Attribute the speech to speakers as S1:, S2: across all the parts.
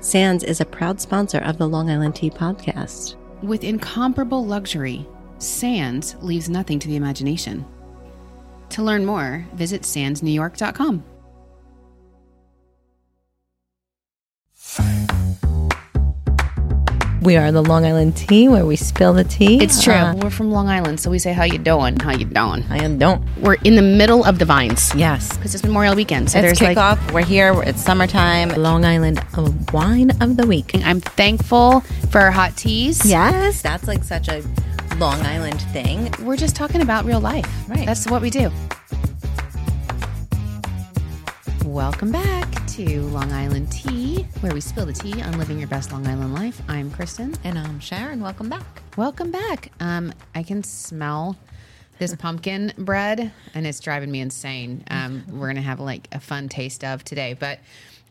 S1: Sands is a proud sponsor of the Long Island Tea podcast.
S2: With incomparable luxury, Sands leaves nothing to the imagination. To learn more, visit sandsnewyork.com.
S1: We are the Long Island Tea, where we spill the tea.
S2: It's true.
S1: Uh,
S2: We're from Long Island, so we say how you doing, how you doing.
S1: I am don't.
S2: We're in the middle of the vines
S1: Yes.
S2: because it's Memorial Weekend, so
S3: It's
S2: there's like
S3: kickoff. we're here. It's summertime.
S1: Long Island of wine of the week.
S2: I'm thankful for our hot teas.
S1: Yes.
S3: That's like such a Long Island thing.
S2: We're just talking about real life.
S3: Right.
S2: That's what we do. Welcome back to Long Island Tea, where we spill the tea on living your best Long Island life. I'm Kristen.
S3: And um, Sharon, welcome back.
S2: Welcome back. Um, I can smell this pumpkin bread, and it's driving me insane. Um, we're gonna have like a fun taste of today, but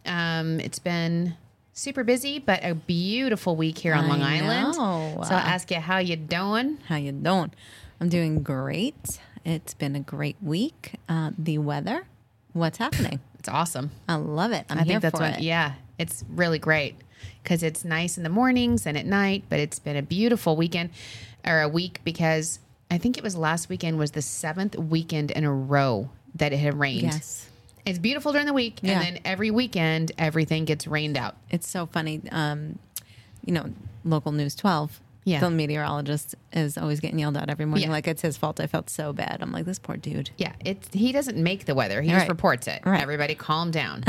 S2: um, it's been super busy, but a beautiful week here on Long
S3: I
S2: Island.
S3: know.
S2: So I'll ask you how you doing.
S3: How you doing? I'm doing great. It's been a great week. Uh, the weather, what's happening?
S2: It's awesome.
S3: I love it. I'm
S2: I
S3: here
S2: think that's
S3: for
S2: what.
S3: it.
S2: Yeah, it's really great because it's nice in the mornings and at night. But it's been a beautiful weekend or a week because I think it was last weekend was the seventh weekend in a row that it had rained.
S3: Yes.
S2: It's beautiful during the week,
S3: Yeah.
S2: and then every weekend everything gets rained out.
S3: It's so funny. Um, you know, local news 12.
S2: Yeah.
S3: The meteorologist is always getting yelled at every morning.
S2: Yeah.
S3: Like it's his fault. I felt so bad. I'm like this poor dude.
S2: Yeah, it's he doesn't make the weather; he just
S3: Right.
S2: reports it.
S3: Right.
S2: Everybody, calm down.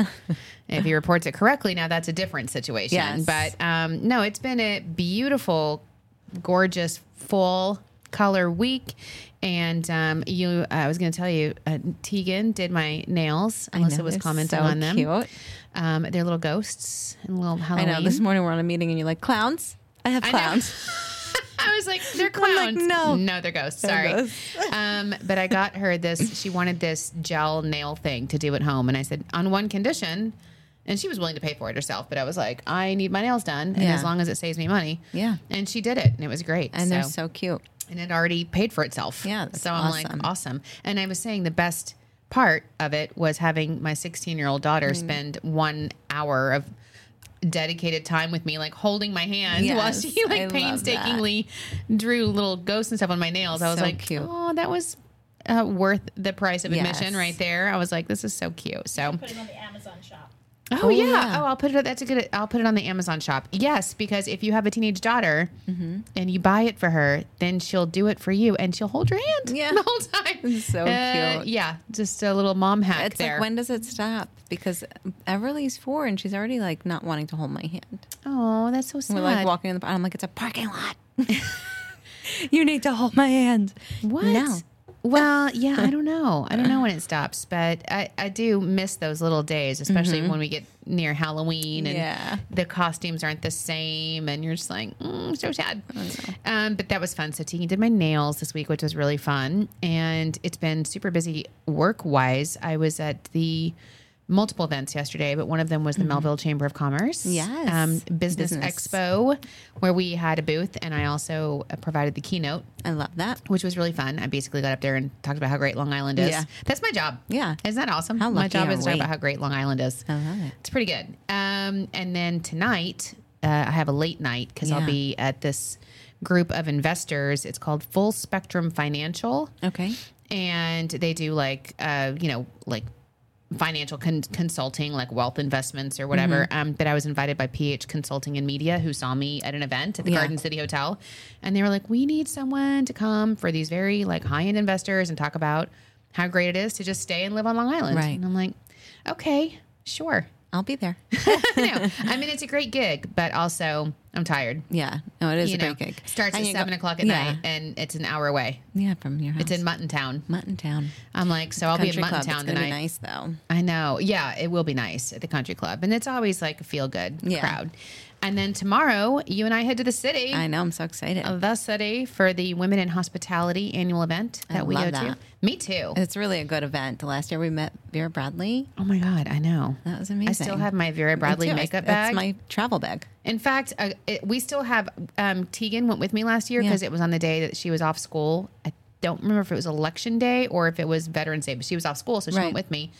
S2: if he reports it correctly, now that's a different situation.
S3: Yes.
S2: But um, no, it's been a beautiful, gorgeous, full color week. And um, you, I was going to tell you, uh, Tegan did my nails.
S3: know,
S2: Alyssa was
S3: they're
S2: commenting
S3: so
S2: on them.
S3: cute.
S2: Um, they're little ghosts and little
S3: I
S2: Halloween.
S3: know. This morning we're on a meeting and you're like clowns. I have
S2: I know.
S3: clowns.
S2: I was like, they're
S3: I'm like,
S2: clowns.
S3: no.
S2: no, they're ghosts.
S3: They're
S2: Sorry.
S3: ghosts.
S2: um, but I got her this. She wanted this gel nail thing to do at home, and I said on one condition, and she was willing to pay for it herself. But I was like, I need my nails done, and
S3: Yeah.
S2: as long as it saves me money,
S3: Yeah.
S2: And she did it, and it was great.
S3: And they're
S2: So-
S3: so cute.
S2: and it already paid for itself.
S3: Yeah, that's
S2: so I'm
S3: awesome.
S2: like awesome. And I was saying the best part of it was having my 16 year old daughter
S3: Mm-hmm.
S2: spend one hour of dedicated time with me, like holding my hand while
S3: Yes,
S2: she
S3: I
S2: like
S3: love that.
S2: painstakingly drew little ghosts and stuff on my nails. I was
S3: So
S2: like,
S3: cute.
S2: oh, that was. Uh, worth the price of admission
S3: Yes.
S2: right there. I was like, this is so cute. So,
S4: put it on the Amazon shop.
S2: Oh, yeah. Oh, I'll put it. That's a good. I'll put it on the Amazon shop. Yes, because if you have a teenage daughter
S3: Mm-hmm.
S2: and you buy it for her, then she'll do it for you and she'll hold your hand
S3: Yeah.
S2: the whole time.
S3: so
S2: Uh,
S3: cute.
S2: Yeah, just a little mom hack
S3: It's
S2: there.
S3: like when does it stop? Because Everly's four and she's already like not wanting to hold my hand.
S2: oh, that's so sad.
S3: We're like walking in the. I'm like, it's a parking lot. you need to hold my hand.
S2: What?
S3: No.
S2: Well, yeah, I don't know. I don't know when it stops, but I, I do miss those little days, especially when we get near Halloween and
S3: Mm-hmm. Yeah.
S2: the costumes aren't the same, and you're just like, mm, so sad. Um, but that was fun. So Tiki did my nails this week, which was really fun, and it's been super busy work wise. I was at the multiple events yesterday, but one of them was the Melville Chamber of Commerce,
S3: Mm-hmm. Yes.
S2: um, business,
S3: Business.
S2: expo, where we had a booth, and I also uh, provided the keynote
S3: I love that.
S2: which was really fun. I basically got up there and talked about how great Long Island is.
S3: Yeah.
S2: That's my job.
S3: Yeah.
S2: Isn't that awesome?
S3: How
S2: my
S3: lucky
S2: job
S3: are
S2: is to talk
S3: we?
S2: about how great Long Island is.
S3: I love it.
S2: It's pretty good. Um, and then tonight, uh, I have a late night because I'll
S3: Yeah.
S2: be at this group of investors. It's called Full Spectrum Financial
S3: Okay.
S2: and they do like uh you know like financial con- consulting like wealth investments or whatever
S3: Mm-hmm.
S2: um but i was invited by ph consulting and media who saw me at an event at the
S3: Yeah.
S2: garden city hotel and they were like we need someone to come for these very like high-end investors and talk about how great it is to just stay and live on long island
S3: Right.
S2: and i'm like okay sure
S3: I'll be there.
S2: I know. i mean it's a great gig but also i'm tired
S3: Yeah. No, it is
S2: you
S3: a
S2: know
S3: great gig.
S2: starts
S3: And
S2: at
S3: you go-
S2: seven o'clock at
S3: yeah.
S2: night and it's an hour away
S3: Yeah, from your house.
S2: it's in mutton town
S3: Mutton Town.
S2: i'm like so i'll be in
S3: Country
S2: mutton
S3: club.
S2: town
S3: it's gonna
S2: tonight
S3: be nice though.
S2: I know. Yeah, it will be nice at the country club. And it's always like a feel good
S3: Yeah.
S2: crowd. And then tomorrow, you and I head to the city,
S3: I know. I'm so excited.
S2: the city for the Women in Hospitality annual event that we
S3: love
S2: go to.
S3: that.
S2: Me too.
S3: it's really a good event. Last year we met Vera Bradley.
S2: Oh my God, I know.
S3: That was amazing.
S2: I still have my Vera
S3: Me
S2: Bradley
S3: too. I-
S2: makeup
S3: That's
S2: bag.
S3: my travel bag.
S2: In fact, uh, it, we still have um, Tegan went with me last year
S3: Yeah.
S2: because it was on the day that she was off school. I don't remember if it was election day or if it was Veterans Day, but she was off school, so she
S3: Right.
S2: went with me.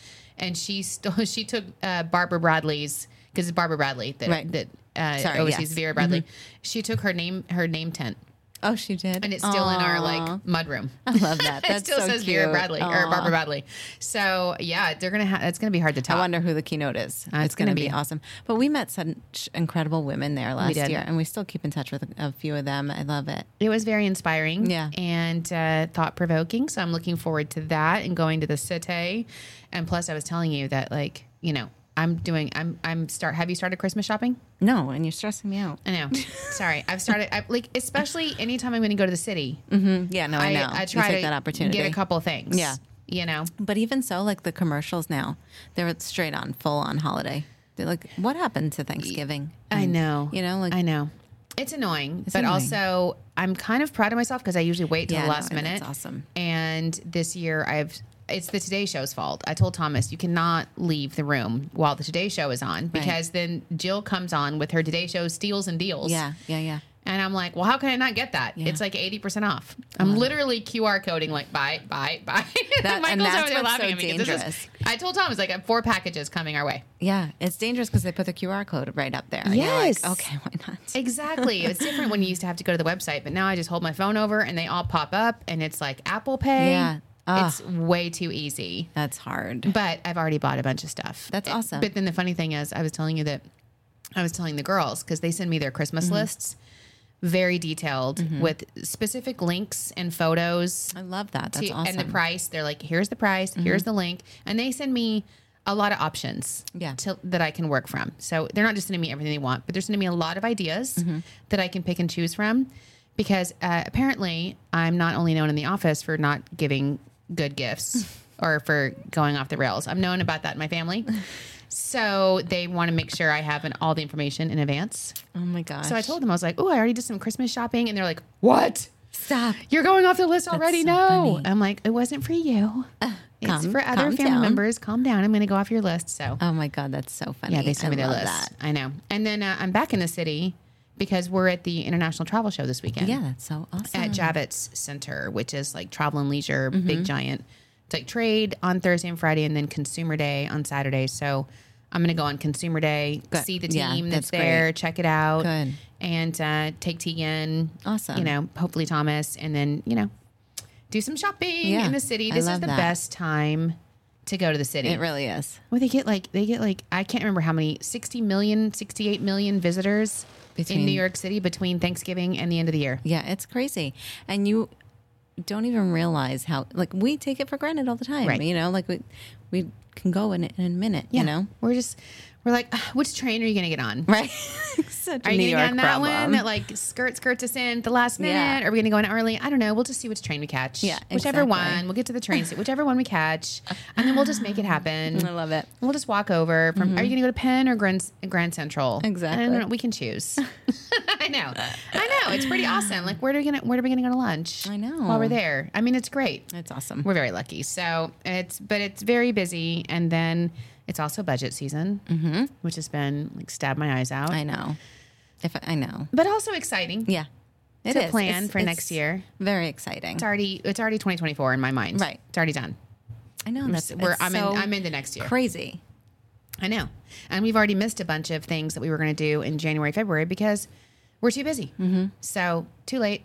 S2: and she still she took uh, Barbara Bradley's because it's Barbara Bradley that
S3: Right.
S2: that uh,
S3: Sorry,
S2: oversees
S3: yes. Mm-hmm.
S2: Vera Bradley. She took her name her name tent,
S3: Oh, she did.
S2: and it's still in our
S3: Aw.
S2: like mudroom.
S3: I love that. That's
S2: it still
S3: so
S2: says
S3: cute. Oh,
S2: Vera Bradley or
S3: Aw.
S2: Barbara Bradley. So yeah, they're gonna have. It's gonna be hard to
S3: I
S2: top.
S3: wonder who the keynote is. it's going
S2: Ah, gonna
S3: to be
S2: be-
S3: awesome. But we met such incredible women there last
S2: did.
S3: year, and we still keep in touch with a few of them. I love it.
S2: It was very inspiring,
S3: Yeah.
S2: and uh, thought provoking. So I'm looking forward to that and going to the Cité. And plus, I was telling you that like you know I'm doing I'm I'm start. Have you started Christmas shopping?
S3: No, and you're stressing me out.
S2: I know. Sorry, I've started I, like especially anytime I'm going to go to the city.
S3: Yeah, no, Mm-hmm. I, know.
S2: Mm, I,
S3: You
S2: try
S3: take
S2: to
S3: that opportunity.
S2: get a couple of things.
S3: Yeah.
S2: you know.
S3: But even so, like the commercials now, they're straight on, full on holiday. They're like, what happened to Thanksgiving? Uh,
S2: I
S3: And,
S2: know.
S3: You know, like
S2: I know. It's annoying, but
S3: annoying.
S2: also I'm kind of proud of myself because I usually wait till
S3: Yeah,
S2: the
S3: no,
S2: last
S3: and
S2: minute.
S3: that's awesome.
S2: And this year I've it's the Today Show's fault. I told Thomas you cannot leave the room while the Today Show is on because then Jill comes on with her Today Show steals and deals.
S3: yeah, yeah, yeah.
S2: And I'm like, well, how can I not get that? It's like 80% off. I'm literally QR coding, like, buy, buy, buy.
S3: That- and that's what's so
S2: 'cause this is-
S3: dangerous.
S2: I told Tom, I was like, I have four packages coming our way.
S3: Yeah, it's dangerous because they put the QR code right up there. And you're like,
S1: Yes.
S3: okay, why not?
S2: Exactly. It's different when you used to have to go to the website, but now I just hold my phone over and they all pop up and it's like Apple Pay.
S3: Yeah. Ugh.
S2: It's way too easy.
S3: That's hard.
S2: But I've already bought a bunch of stuff.
S3: That's
S2: It-
S3: awesome.
S2: But then the funny thing is, I was telling you that I was telling the girls because they send me their Christmas
S3: Mm-hmm.
S2: lists, very detailed with specific links and photos
S3: I love that. That's
S2: to-
S3: awesome. Mm-hmm.
S2: and the price. They're like, here's the price, here's the link, and they send me a lot of options
S3: Yeah.
S2: to, that I can work from. So they're not just sending me everything they want, but they're sending me a lot of ideas
S3: Mm-hmm.
S2: that I can pick and choose from. Because uh, apparently, I'm not only known in the office for not giving good gifts or for going off the rails. I'm known about that in my family. So they want to make sure I have an, all the information in advance.
S3: oh my gosh.
S2: So I told them I was like, "Oh, I already did some Christmas shopping," and they're like, "What?"
S3: Stop.
S2: You're going off the list already?
S3: so
S2: no.
S3: funny. Uh,
S2: I'm like, it wasn't for you. it's
S3: calm-
S2: for other
S3: calm
S2: family
S3: down.
S2: members. Calm down. I'm going to go off your list. So,
S3: Oh my God, that's so funny.
S2: yeah, they sent
S3: I
S2: me their
S3: love
S2: list.
S3: that.
S2: I know. And then uh, I'm back in the city because we're at the International Travel Show this weekend
S3: Yeah, that's so awesome.
S2: at Javits Center, which is like travel and leisure,
S3: Mm-hmm.
S2: big giant. It's like trade on Thursday and Friday, and then consumer day on Saturday. So I'm going to go on consumer day,
S3: Good.
S2: see the
S3: Yeah,
S2: team
S3: that's
S2: that's,
S3: great.
S2: there, check it out,
S3: Good.
S2: and uh, take T in.
S3: Awesome.
S2: You know, hopefully Thomas, and then, you know, do some shopping
S3: Yeah,
S2: in the city.
S3: I
S2: This is
S3: love
S2: the
S3: that.
S2: best time to go to the city.
S3: it really is.
S2: Well, they get like they get like I can't remember how many 60 million, 68 million visitors in
S3: Between-
S2: New York City between Thanksgiving and the end of the year.
S3: Yeah, it's crazy. And you don't even realize how, like, we take it for granted all the time.
S2: Right.
S3: You know, like, we, we can go in, in a minute, you know?
S2: we're just we're like, "Ugh, which train are you gonna get on?
S3: Right. Such
S2: Are
S3: a
S2: you
S3: New
S2: gonna
S3: York
S2: get on that
S3: problem.
S2: one that like skirt skirts us in at the last minute?
S3: Yeah.
S2: Are we gonna go in early? I don't know. We'll just see which train we catch.
S3: Yeah,
S2: whichever
S3: exactly.
S2: one. We'll get to the train, sta- whichever one we catch, and then we'll just make it happen.
S3: I love it.
S2: We'll just walk over from. Are you gonna go to Penn or Grand Grand Central?
S3: Mm-hmm. Exactly.
S2: I don't know. We can choose. I know. I know. It's pretty awesome. Like, where are we gonna where are we gonna go to lunch?
S3: I know.
S2: While we're there, I mean, it's great.
S3: It's awesome.
S2: We're very lucky. So it's, but it's very busy. And then it's also budget season, which has been like stab my eyes out,
S3: Mm-hmm. I know. If I, I know.
S2: but also exciting
S3: Yeah. It
S2: to
S3: is.
S2: plan
S3: It's-
S2: for
S3: it's
S2: next year.
S3: Very exciting.
S2: It's already, it's already 2024 in my mind.
S3: Right.
S2: It's already done.
S3: I know. That's
S2: We're,
S3: it's
S2: I'm
S3: so
S2: in, I'm into next year.
S3: crazy.
S2: I know. And we've already missed a bunch of things that we were going to do in January, February because we're too busy.
S3: Mm-hmm.
S2: So too late.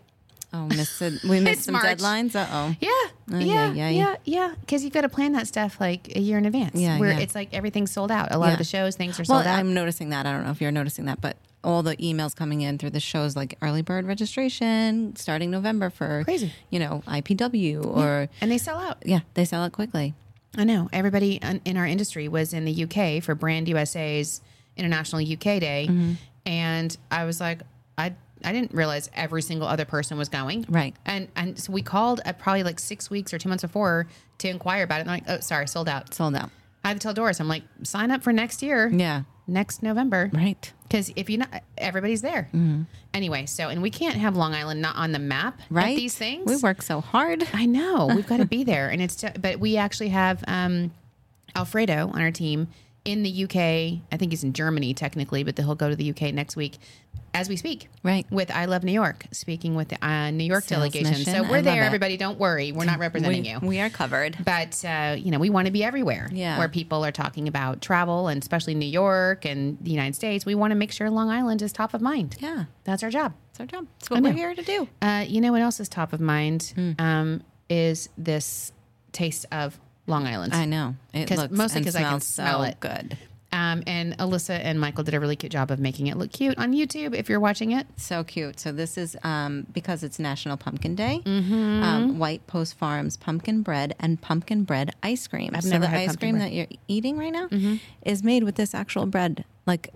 S3: Oh, missed it. we missed
S2: It's
S3: some
S2: March.
S3: deadlines. Uh oh.
S2: Yeah,
S3: yeah,
S2: yeah,
S3: yeah,
S2: yeah,
S3: yeah.
S2: yeah, yeah. Because you've got to plan that stuff like a year in advance.
S3: Yeah,
S2: where
S3: yeah.
S2: it's like everything's sold out. A lot
S3: Yeah.
S2: of the shows, things are
S3: Well,
S2: sold out.
S3: I'm noticing that. I don't know if you're noticing that, but all the emails coming in through the shows like early bird registration starting November for
S2: Crazy.
S3: you know, IPW or
S2: and they sell out.
S3: yeah, they sell it quickly.
S2: I know everybody in- in our industry was in the UK for Brand USA's International UK Day,
S3: Mm-hmm.
S2: and I was like, I I didn't realize every single other person was going.
S3: Right.
S2: and and so we called at probably like six weeks or two months before to inquire about it. And they're like, oh, sorry, sold out.
S3: Sold out.
S2: I had to tell Doris, I'm like, sign up for next year,
S3: Yeah.
S2: next November,
S3: Mm-hmm. Right. Mm-hmm.
S2: Because if you not, everybody's there. Anyway, so and we can't have Long Island not on the map. at
S3: Right.
S2: these things.
S3: We work so hard.
S2: I know we've got to be there, and it's. T- but we actually have um, Alfredo on our team in the UK. I think he's in Germany technically, but he'll go to the UK next week as we speak.
S3: Right.
S2: With I Love New York, speaking with the uh, New York
S3: Sales
S2: delegation.
S3: mission.
S2: So
S3: I
S2: we're
S3: love
S2: there,
S3: it.
S2: everybody. Don't worry. We're not representing
S3: we,
S2: you.
S3: we are covered.
S2: But uh, you know, we want to be everywhere
S3: Yeah.
S2: where people are talking about travel, and especially New York and the United States. We want to make sure Long Island is top of mind.
S3: Yeah,
S2: That's our job.
S3: it's our job. It's what we're
S2: know.
S3: here to do.
S2: Uh, you know what else is top of mind
S3: Hmm.
S2: um, is this taste of Long Island.
S3: I know. It
S2: 'Cause-
S3: looks
S2: mostly
S3: and
S2: 'cause I can
S3: smells
S2: smell
S3: so
S2: it.
S3: good.
S2: Um, and Alyssa and Michael did a really cute job of making it look cute on YouTube. If you're watching it,
S3: So cute. So this is um, because it's National Pumpkin Day. Mm-hmm. Um, White Post Farms pumpkin bread and pumpkin bread ice cream. so
S2: never
S3: the
S2: had
S3: ice
S2: pumpkin
S3: cream
S2: bread. Mm-hmm.
S3: that you're eating right now is made with this actual bread, like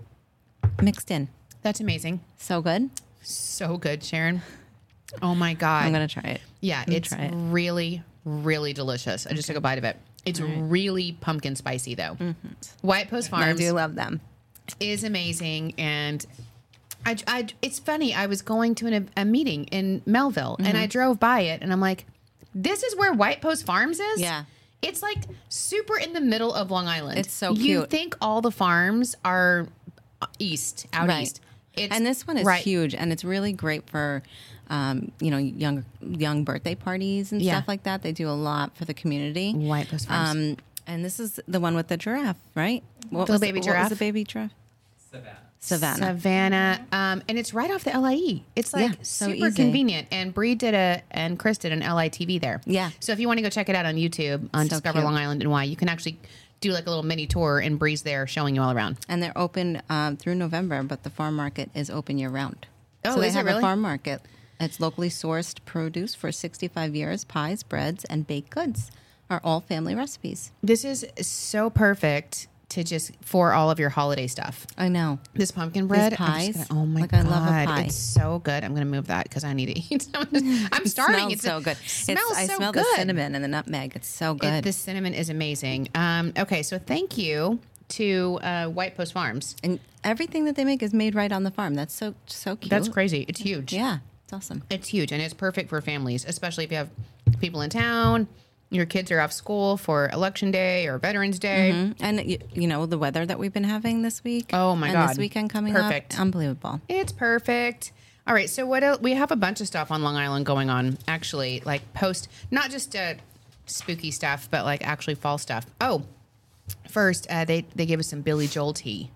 S3: mixed in.
S2: that's amazing.
S3: So good.
S2: So good, Sharon. Oh my god.
S3: I'm gonna try it.
S2: Yeah,
S3: me
S2: it's
S3: try it.
S2: really, really delicious. I just took a bite of it. It's really pumpkin spicy though. White Post
S3: I
S2: Farms
S3: Mm-hmm. do love them.
S2: is amazing, and I, I, it's funny. I was going to an, a meeting in Melville, and
S3: Mm-hmm.
S2: I drove by it, and I'm like, "This is where White Post Farms is."
S3: Yeah.
S2: it's like super in the middle of Long Island.
S3: It's so
S2: You
S3: cute.
S2: think all the farms are east, out
S3: Right.
S2: east. It's
S3: and this one is
S2: right-
S3: huge, and it's really great for, um, you know, young young birthday parties and
S2: Yeah.
S3: stuff like that. They do a lot for the community.
S2: White Post Farms.
S3: Um, and this is the one with the giraffe, right? What
S2: The
S3: was
S2: baby
S3: what
S2: giraffe?
S3: was the baby giraffe? Savannah. Savannah.
S2: Savannah. Um, and it's right off the LIE. It's like
S3: Yeah, so
S2: super
S3: easy.
S2: convenient. And Bree did a and Chris did an LITV there.
S3: Yeah.
S2: So if you want to go check it out on YouTube on
S3: So
S2: Discover
S3: cute.
S2: Long Island and Why, you can actually do like a little mini tour and Bree's there showing you all around.
S3: And they're open um, through November, but the farm market is open year round.
S2: Oh,
S3: so they
S2: is it
S3: have
S2: really?
S3: a farm market. It's locally sourced produce for 65 years. Pies, breads, and baked goods are all family recipes.
S2: This is so perfect to just for all of your holiday stuff.
S3: I know.
S2: This pumpkin bread, I'm just
S3: pies.
S2: gonna- oh my
S3: Like,
S2: god,
S3: I love a pie.
S2: it's so good. I'm gonna move that because I need to eat. some. I'm starving.
S3: smells
S2: it's
S3: so good.
S2: Smells
S3: it's, I
S2: so
S3: smell
S2: good.
S3: the cinnamon and the nutmeg. It's so
S2: It-
S3: good.
S2: the cinnamon is amazing. Um, okay, so thank you to uh, White Post Farms.
S3: and everything that they make is made right on the farm. That's so so cute.
S2: That's crazy. It's huge.
S3: Yeah, it's awesome.
S2: It's huge, and it's perfect for families, especially if you have people in town. Your kids are off school for Election Day or Veterans Day.
S3: Mm-hmm. And you, you know the weather that we've been having this week.
S2: Oh, my
S3: and
S2: God.
S3: This weekend coming
S2: Perfect.
S3: up, unbelievable.
S2: It's perfect. All right, so what else? We have a bunch of stuff on Long Island going on, actually, like post, not just uh, spooky stuff, but like actually fall stuff. Oh, first, uh, they, they gave us some Billy Joel tea.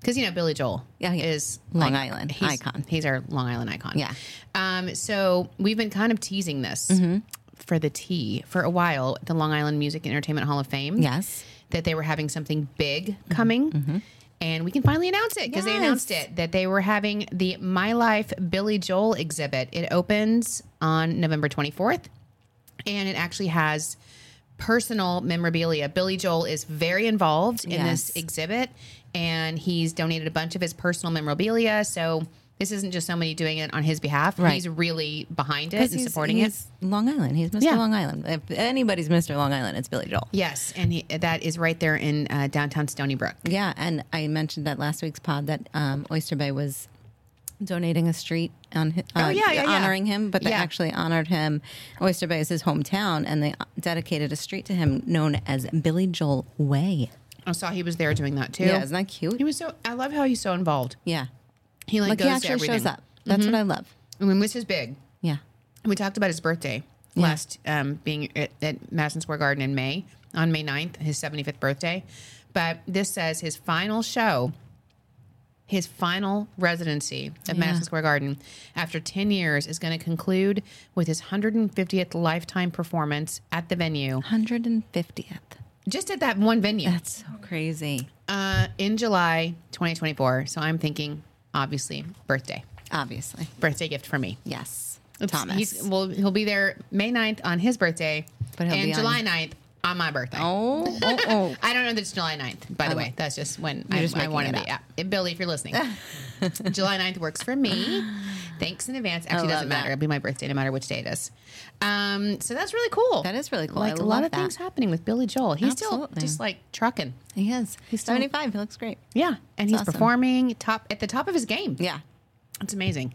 S2: Because, you know, Billy Joel
S3: Yeah, yeah.
S2: is
S3: Long Island
S2: he's-
S3: icon.
S2: He's our Long Island icon.
S3: Yeah.
S2: Um, so we've been kind of teasing this
S3: Mm-hmm.
S2: for the tea for a while, the Long Island Music and Entertainment Hall of Fame.
S3: Yes.
S2: That they were having something big coming. And we can finally announce it because they announced
S3: Mm-hmm. Yes.
S2: it that they were having the My Life Billy Joel exhibit. It opens on November 24th and it actually has personal memorabilia. Billy Joel is very involved in this
S3: Yes.
S2: exhibit and he's donated a bunch of his personal memorabilia. So this isn't just somebody doing it on his behalf.
S3: Right.
S2: He's really behind it and
S3: he's-
S2: supporting it.
S3: he's Long Island. He's Mr.
S2: Yeah.
S3: Long Island. If anybody's Mr. Long Island, it's Billy Joel.
S2: Yes, and he, that is right there in uh, downtown Stony Brook.
S3: Yeah, and I mentioned that last week's pod that um, Oyster Bay was donating a street on hi- uh,
S2: Oh, yeah, yeah, yeah.
S3: honoring him, but they
S2: Yeah.
S3: actually honored him. Oyster Bay is his hometown, and they dedicated a street to him known as Billy Joel Way.
S2: I saw he was there doing that too.
S3: Yeah, isn't that
S2: He
S3: cute?
S2: was so. I love how he's so involved.
S3: Yeah,
S2: He like,
S3: like
S2: goes
S3: he
S2: to
S3: actually
S2: everything. Mm-hmm.
S3: shows up. That's what I love.
S2: I mean, this is big.
S3: Yeah,
S2: We talked about his birthday last um, being at, at Madison Square Garden in May on May 9th, his 75th birthday. But this says his final show, his final residency of Madison Square Garden after 10 years is going to conclude with his 150th lifetime performance at the venue,
S3: hundred and fiftieth.
S2: just at that one venue.
S3: That's so crazy.
S2: uh, in July 2024. So I'm thinking, obviously, birthday.
S3: Obviously,
S2: Birthday gift for me.
S3: yes,
S2: It's-
S3: Thomas.
S2: He's, well, he'll be there May 9th on his birthday
S3: But he'll
S2: and
S3: be on-
S2: July 9th on my birthday.
S3: oh, oh, oh.
S2: I don't know that it's July 9th, by the way. That's just when I,
S3: just
S2: I
S3: making
S2: want to
S3: it
S2: be.
S3: up.
S2: Yeah. Uh, Billy, if you're listening, July 9th works for me. Thanks in advance. Actually,
S3: I love
S2: doesn't matter.
S3: that.
S2: It'll be my birthday no matter which day it is. Um, so that's really cool.
S3: That is really cool.
S2: Like
S3: I
S2: a lot
S3: love
S2: of
S3: that.
S2: things happening with Billy Joel. He's still
S3: Absolutely.
S2: just like trucking.
S3: He is. He's
S2: still-
S3: 75. He looks great.
S2: Yeah. And he's
S3: awesome.
S2: performing top at the top of his game.
S3: Yeah.
S2: It's amazing.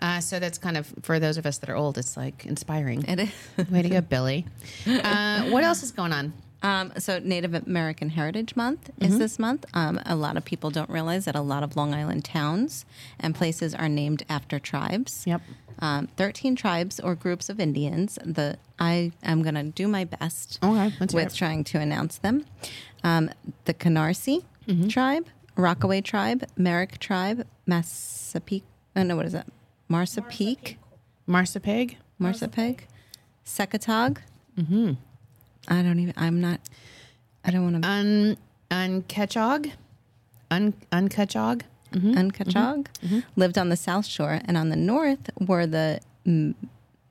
S2: Uh, so that's kind of for those of us that are old. It's like inspiring.
S3: It is.
S2: Way to go, Billy. Uh, what else is going on?
S3: Um, so Native American Heritage Month is
S2: Mm-hmm.
S3: this month. Um, a lot of people don't realize that a lot of Long Island towns and places are named after tribes.
S2: Yep.
S3: Um, Thirteen tribes or groups of Indians. The I am going to do my best
S2: Okay, let's hear
S3: with
S2: it.
S3: trying to announce them. Um, the Canarsie
S2: Mm-hmm.
S3: tribe, Rockaway tribe, Merrick tribe, Massapequa. Oh no, what is that? Marsapequa.
S2: Marsapig?
S3: Marsapeg, Secatog. Mm-hmm. I don't even. I'm not. I don't want to.
S2: Un Unketchog? Un Unketchog? Mm-hmm.
S3: Uncachog lived on the south shore, and on the north were the mm,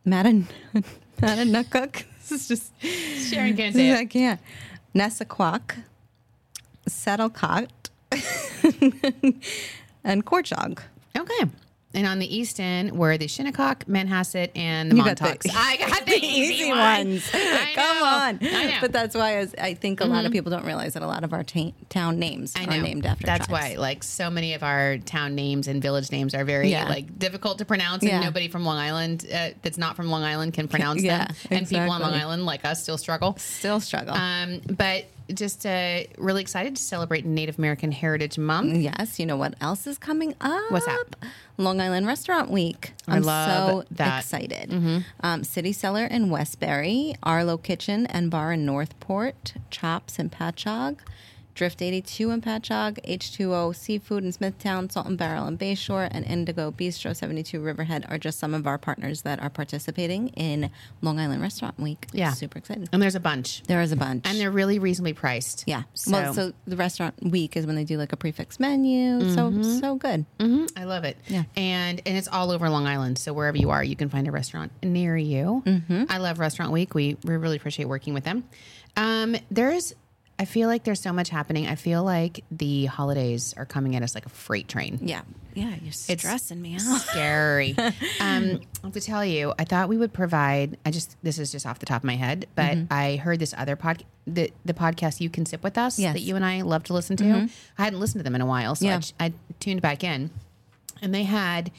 S3: Madan Madanuckuk. this is just.
S2: Sharon can't
S3: This is like, yeah. Nessaquak, Saddlecot, and Corchog.
S2: Okay. And on the east end were the Shinnecock, Manhasset, and the
S3: You got the-
S2: Montauks. I got the,
S3: easy
S2: one.
S3: ones.
S2: I
S3: Come
S2: know.
S3: on.
S2: I know. Mm-hmm.
S3: But that's why I, was- I think a lot of people don't realize that a lot of our ta- town names
S2: I
S3: are
S2: know.
S3: named after
S2: That's
S3: tribes.
S2: why, like, so many of our town names and village names are very
S3: Yeah.
S2: like difficult to pronounce,
S3: Yeah.
S2: and nobody from Long Island uh, that's not from Long Island can pronounce
S3: Yeah,
S2: them. And people on Long
S3: exactly.
S2: Island, like us, still struggle.
S3: Still struggle.
S2: Um, but just uh, really excited to celebrate Native American Heritage Month.
S3: Yes, you know what else is coming up?
S2: What's up?
S3: Long Island Restaurant Week.
S2: I
S3: I'm
S2: love
S3: so
S2: that. Mm-hmm.
S3: excited. Um, City Cellar in Westbury, Arlo Kitchen and Bar in Northport, Chops in Patchogue, Drift 82 in Patchogue, H2O Seafood in Smithtown, Salt and Barrel in Bayshore, and Indigo Bistro 72 Riverhead are just some of our partners that are participating in Long Island Restaurant Week.
S2: Yeah.
S3: Super excited.
S2: And there's a bunch,
S3: There is a bunch.
S2: and they're really reasonably priced.
S3: Yeah.
S2: So,
S3: Well, so the restaurant week is when they do like a prefix menu. So so good.
S2: Mhm, I love it.
S3: Yeah.
S2: And and it's all over Long Island. So wherever you are, you can find a restaurant near you. I love Restaurant Week. We we really appreciate working with them. Um, there's I feel like there's so much happening. I feel like the holidays are coming at us like a freight train.
S3: Yeah. Yeah. You're stressing me out.
S2: scary. um, I have to tell you, I thought we would provide. I just this is just off the top of my head, but
S3: Mm-hmm.
S2: I heard this other pod the the podcast you can sip with us
S3: Yes. Mm-hmm.
S2: that you and I love to listen to. I hadn't listened to them in a while, so I,
S3: Yeah.
S2: ch- I tuned back in, and they had.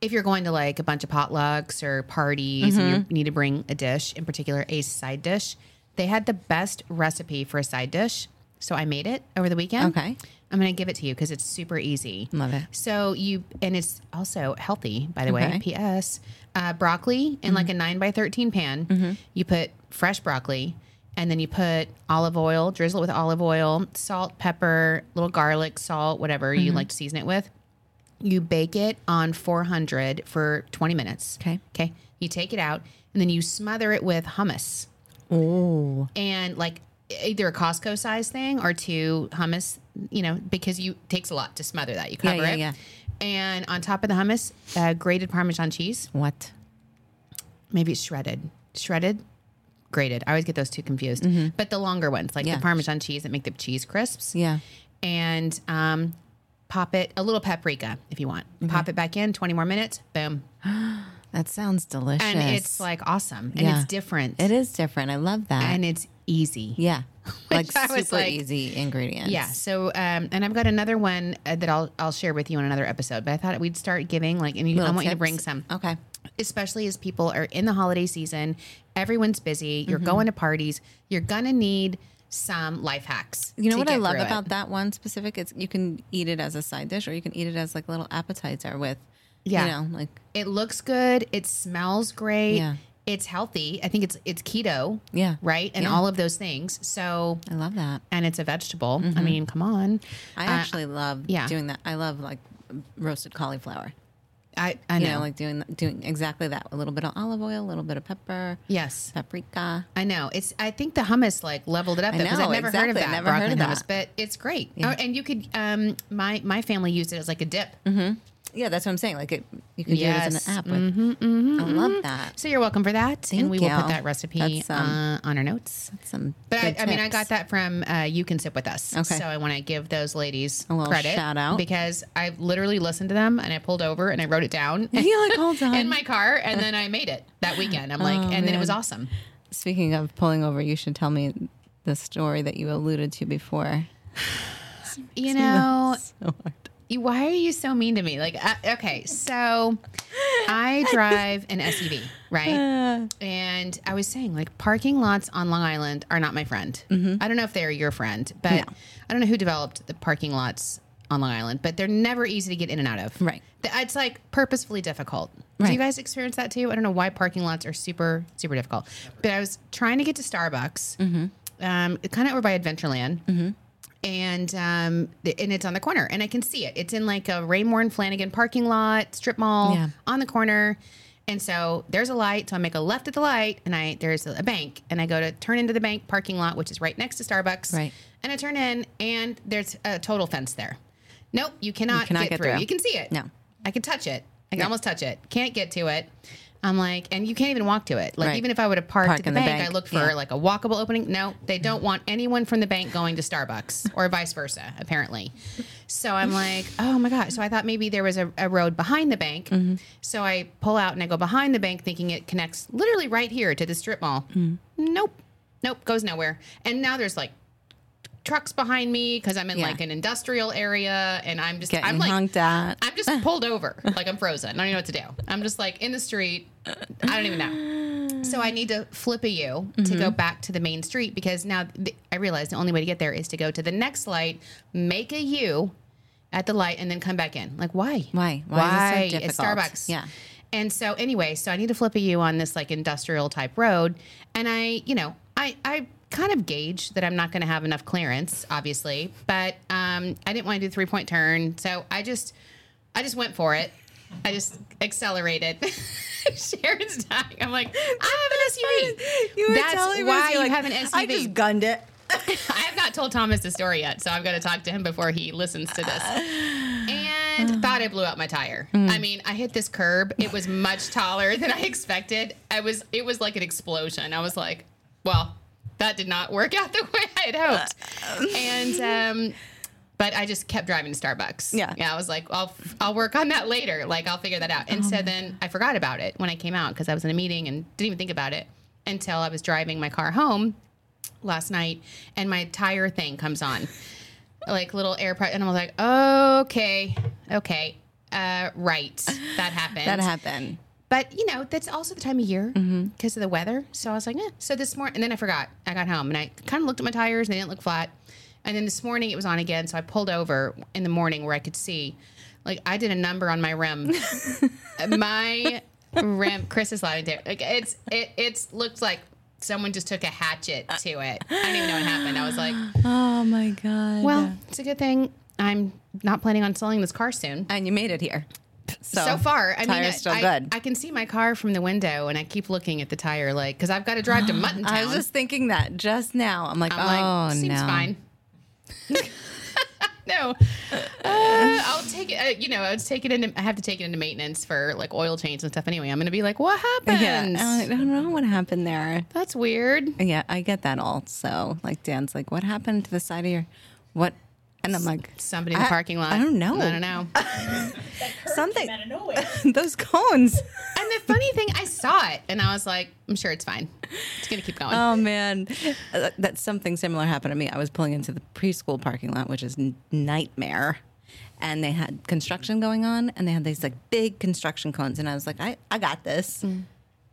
S2: If you're going to like a bunch of potlucks or parties and
S3: Mm-hmm.
S2: you need to bring a dish, in particular a side dish, they had the best recipe for a side dish. So I made it over the weekend.
S3: Okay.
S2: I'm going to give it to you because it's super easy.
S3: Love it.
S2: So you and it's also healthy, by the way.
S3: Okay. Mm-hmm.
S2: P.S. Uh, broccoli in like a nine by thirteen pan. You put fresh broccoli, and then you put olive oil. Drizzle it with olive oil, salt, pepper, little garlic, salt, whatever you
S3: Mm-hmm.
S2: like to season it with. You bake it on 400 for 20 minutes.
S3: Okay.
S2: Okay. You take it out, and then you smother it with hummus
S3: Oh.
S2: and like either a Costco size thing or two hummus, you know, because you takes a lot to smother that. You
S3: Yeah,
S2: cover
S3: yeah,
S2: it.
S3: yeah.
S2: And on top of the hummus, uh, grated Parmesan cheese.
S3: What?
S2: Maybe it's shredded. Shredded, grated. I always get those two confused. But the longer ones, like
S3: Mm-hmm. Yeah.
S2: the Parmesan cheese that make the cheese crisps.
S3: Yeah.
S2: And um, pop it, a little paprika if you want. Pop it back in, 20 more minutes, boom.
S3: That sounds delicious.
S2: And it's like awesome. And
S3: Yeah.
S2: it's different.
S3: it is different. I love that.
S2: And it's easy.
S3: yeah. Like
S2: I was
S3: super
S2: like-
S3: easy ingredients.
S2: Yeah. So, um, and I've got another one uh, that I'll I'll share with you in another episode. But I thought we'd start giving like, and you, I
S3: Little
S2: want you to
S3: tips.
S2: bring some,
S3: Okay.
S2: especially as people are in the holiday season. Everyone's busy.
S3: Mm-hmm.
S2: You're going to parties. You're gonna need some life hacks.
S3: You know
S2: to
S3: what I
S2: get
S3: love
S2: through it.
S3: about that one specific? It's you can eat it as a side dish or you can eat it as like a little appetizer with
S2: Yeah.
S3: you know, like
S2: It looks good. It smells great.
S3: Yeah.
S2: It's healthy. I think it's it's keto.
S3: Yeah.
S2: Right. And
S3: Yeah.
S2: all of those things. So,
S3: I love that.
S2: and it's a vegetable. I mean, come on.
S3: Mm-hmm. I
S2: Uh,
S3: actually love
S2: yeah.
S3: doing that. I love like roasted cauliflower.
S2: I I
S3: You
S2: know.
S3: know, like doing doing exactly that. A little bit of olive oil, a little bit of pepper.
S2: yes.
S3: paprika.
S2: I know. It's. I think the hummus like leveled it up
S3: I
S2: because I've
S3: know,
S2: never heard of
S3: exactly.
S2: that
S3: Never
S2: broccoli
S3: heard of
S2: hummus, but it's great. Oh, and you could. Um, my my family used it as like a dip.
S3: Mm-hmm. Yeah, that's what I'm saying. Like it, you can do it as
S2: Yes. Mm-hmm,
S3: an app. With, I love that.
S2: So you're welcome for that, and
S3: Thank
S2: we will
S3: you.
S2: put that recipe
S3: That's, um,
S2: uh, on our notes.
S3: Some.
S2: But I,
S3: good
S2: I mean, I
S3: tips.
S2: got that from uh, You Can Sip with Us.
S3: Okay.
S2: So I want to give those ladies
S3: A little
S2: credit
S3: shout out.
S2: because I literally listened to them and I pulled over and I wrote it down.
S3: You're like, hold on.
S2: In my car, and then I made it that weekend. I'm like,
S3: Oh,
S2: and then it was
S3: man.
S2: awesome.
S3: Speaking of pulling over, you should tell me the story that you alluded to before.
S2: You know,
S3: So hard.
S2: You- Why are you so mean to me? Like, uh, okay, so I drive an SUV,
S3: Uh.
S2: right? And I was saying, like, parking lots on Long Island are not my friend.
S3: Mm-hmm.
S2: I don't know if they are your friend, but I don't know who developed the parking lots on Long Island, but they're never easy to get in and out of.
S3: Right.
S2: Th- It's like purposefully difficult. Do you
S3: Right.
S2: guys experience that too? I don't know why parking lots are super, super difficult. But I was trying to get to Starbucks,
S3: Mm-hmm.
S2: um, kind of over by Adventureland. And um, th- and it's on the corner, and I can see it. It's in like a Raymore and Flanagan parking lot, strip mall,
S3: Yeah.
S2: on the corner. And so there's a light, so I make a left at the light, and I there's a bank, and I go to turn into the bank parking lot, which is right next to Starbucks.
S3: Right.
S2: And I turn in, and there's a total fence there. Nope, you cannot,
S3: cannot
S2: get,
S3: get
S2: through.
S3: through.
S2: You can see it.
S3: No.
S2: I can touch it. I can almost touch it. Can't get to it. I'm like, and you can't even walk to it. Like
S3: Right.
S2: even if I would have parked
S3: Park
S2: at the,
S3: in the
S2: bank,
S3: bank.
S2: I look for
S3: Yeah.
S2: like a walkable opening. No, they don't want anyone from the bank going to Starbucks or vice versa, apparently. So I'm like, oh my God. So I thought maybe there was a, a road behind the bank.
S3: Mm-hmm.
S2: So I pull out and I go behind the bank thinking it connects literally right here to the strip mall.
S3: Mm.
S2: Nope. Nope. Goes nowhere. And now there's like trucks behind me because I'm in
S3: Yeah.
S2: like an industrial area and I'm just,
S3: Getting
S2: I'm like,
S3: honked at.
S2: I'm just pulled over. Like I'm frozen. I don't even know what to do. I'm just like in the street. I don't even know. So I need to flip a U to go back to the main street because now th- I realize the only way to get there is to go to the next light, make a U at the light, and then come back in. Like why?
S3: Why? Why is it so
S2: It's
S3: difficult?
S2: Starbucks.
S3: Yeah.
S2: And so anyway, so I need to flip a U on this like industrial type road, and I, you know, I I kind of gauge that I'm not going to have enough clearance, obviously, but um, I didn't want to do three point turn, so I just I just went for it. I just accelerated. Sharon's dying. I'm like, I have an SUV. That's why you have an SUV.
S3: I just gunned it.
S2: I have not told Thomas the story yet, so I'm going to talk to him before he listens to this. And thought I blew out my tire. I mean, I hit this curb. It was much taller than I expected. I was it was like an explosion. I was like, well, that did not work out the way I had hoped. And um but I just kept driving to Starbucks.
S3: Yeah.
S2: Yeah. I was like, I'll I'll work on that later. Like I'll figure that out. And so then I forgot about it when I came out because I was in a meeting and didn't even think about it until I was driving my car home last night and my tire thing comes on like little air pre- and i was like okay okay uh, right that happened
S3: That happened.
S2: but you know that's also the time of year because of the weather so i was like eh. so this morning and then i forgot i got home and i kind of looked at my tires and they didn't look flat and then this morning it was on again so i pulled over in the morning where i could see like i did a number on my rim my rim chris is lying there like it's it it's looks like someone just took a hatchet to it i don't even know what happened i was like
S3: Oh my god.
S2: well it's a good thing i'm not planning on selling this car soon
S3: and you made it here. So,
S2: so far, I mean,
S3: tire's
S2: I,
S3: still
S2: I-
S3: good.
S2: I can see my car from the window, and I keep looking at the tire, like because I've got to drive to Mutton Town.
S3: I was just thinking that just now. I'm like,
S2: I'm like,
S3: oh
S2: seems
S3: no.
S2: fine. no, Uh, I'll take it. Uh, you know, I was take it into. I have to take it into maintenance for like oil change and stuff. Anyway, I'm gonna be like, what
S3: Yeah,
S2: happened?
S3: I don't know what happened there.
S2: That's weird.
S3: Yeah, I get that also. Like Dan's like, what happened to the side of your what? And I'm like,
S2: Somebody in the
S3: I-
S2: parking lot.
S3: I don't know.
S2: I don't know.
S3: something.
S4: out of nowhere.
S3: Those cones.
S2: and the funny thing, I saw it, and I was like, I'm sure it's fine. It's gonna keep going.
S3: Oh man, Uh, that something similar happened to me. I was pulling into the preschool parking lot, which is n- nightmare. And they had construction going on, and they had these like big construction cones, and I was like, I, I got this.
S4: Mm.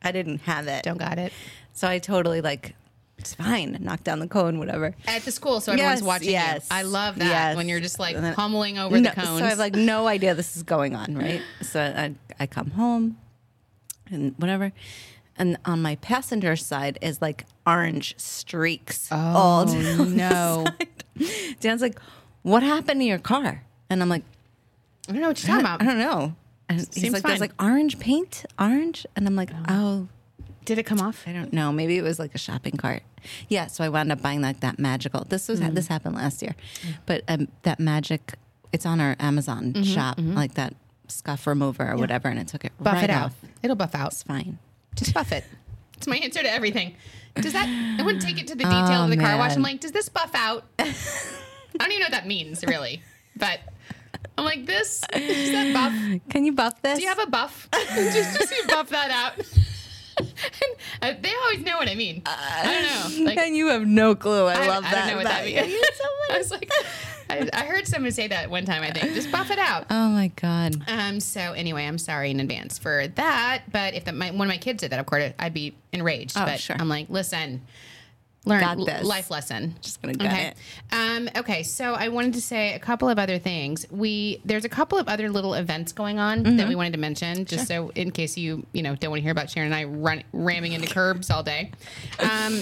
S3: I didn't have it,
S2: don't got it.
S3: so I totally like it's fine. Knocked down the cone, whatever.
S2: At the school, so everyone's
S3: Yes,
S2: watching
S3: yes,
S2: you. I love that
S3: yes.
S2: when you're just like
S3: And then-
S2: pummeling over
S3: No,
S2: the cones.
S3: So I have like no idea this is going on, right? so I, I come home and whatever. And on my passenger side is like orange streaks all down
S2: Oh, no.
S3: the side. Dan's like, What happened to your car? And I'm like,
S2: I don't know what you're
S3: I
S2: talking about.
S3: don't know. And he's
S2: Seems
S3: like,
S2: fine.
S3: There's like orange paint, orange. And I'm like, Oh,
S2: Did it come off?
S3: I don't know. Maybe it was like a shopping cart. Yeah, so I wound up buying like that magical. This was
S2: Mm-hmm.
S3: this happened last year, but um, that magic. It's on our Amazon
S2: Mm-hmm,
S3: shop, like that scuff remover or whatever, and it took it
S2: Buff
S3: right
S2: it out.
S3: off.
S2: It'll buff out.
S3: It's fine.
S2: Just buff it. It's my answer to everything. Does that? I wouldn't take it to the detail of the car wash. I'm
S3: Oh, man.
S2: like, does this buff out? I don't even know what that means really, but I'm like, this is that buff.
S3: Can you buff this?
S2: Do you have a buff? just, just you buff that out. And, uh, they always know what I mean. I don't know. Like,
S3: and you have no clue. I,
S2: I,
S3: love
S2: I
S3: that.
S2: don't know what
S3: about
S2: that
S3: you.
S2: means. I was like, I I, I heard someone say that one time. I think just buff it out.
S3: Oh my god.
S2: Um, so anyway, I'm sorry in advance for that. But if the, my, one of my kids did that, of course, I'd be enraged.
S3: Oh,
S2: but
S3: sure.
S2: I'm like, listen, learn
S3: Got
S2: l-
S3: this.
S2: life lesson.
S3: Just gonna gut
S2: okay.
S3: it.
S2: Um, okay, so I wanted to say a couple of other things. We there's a couple of other little events going on
S3: Mm-hmm.
S2: that we wanted to mention, just so in case you you know don't want to hear about Sharon and I run, ramming into curbs all day. Um,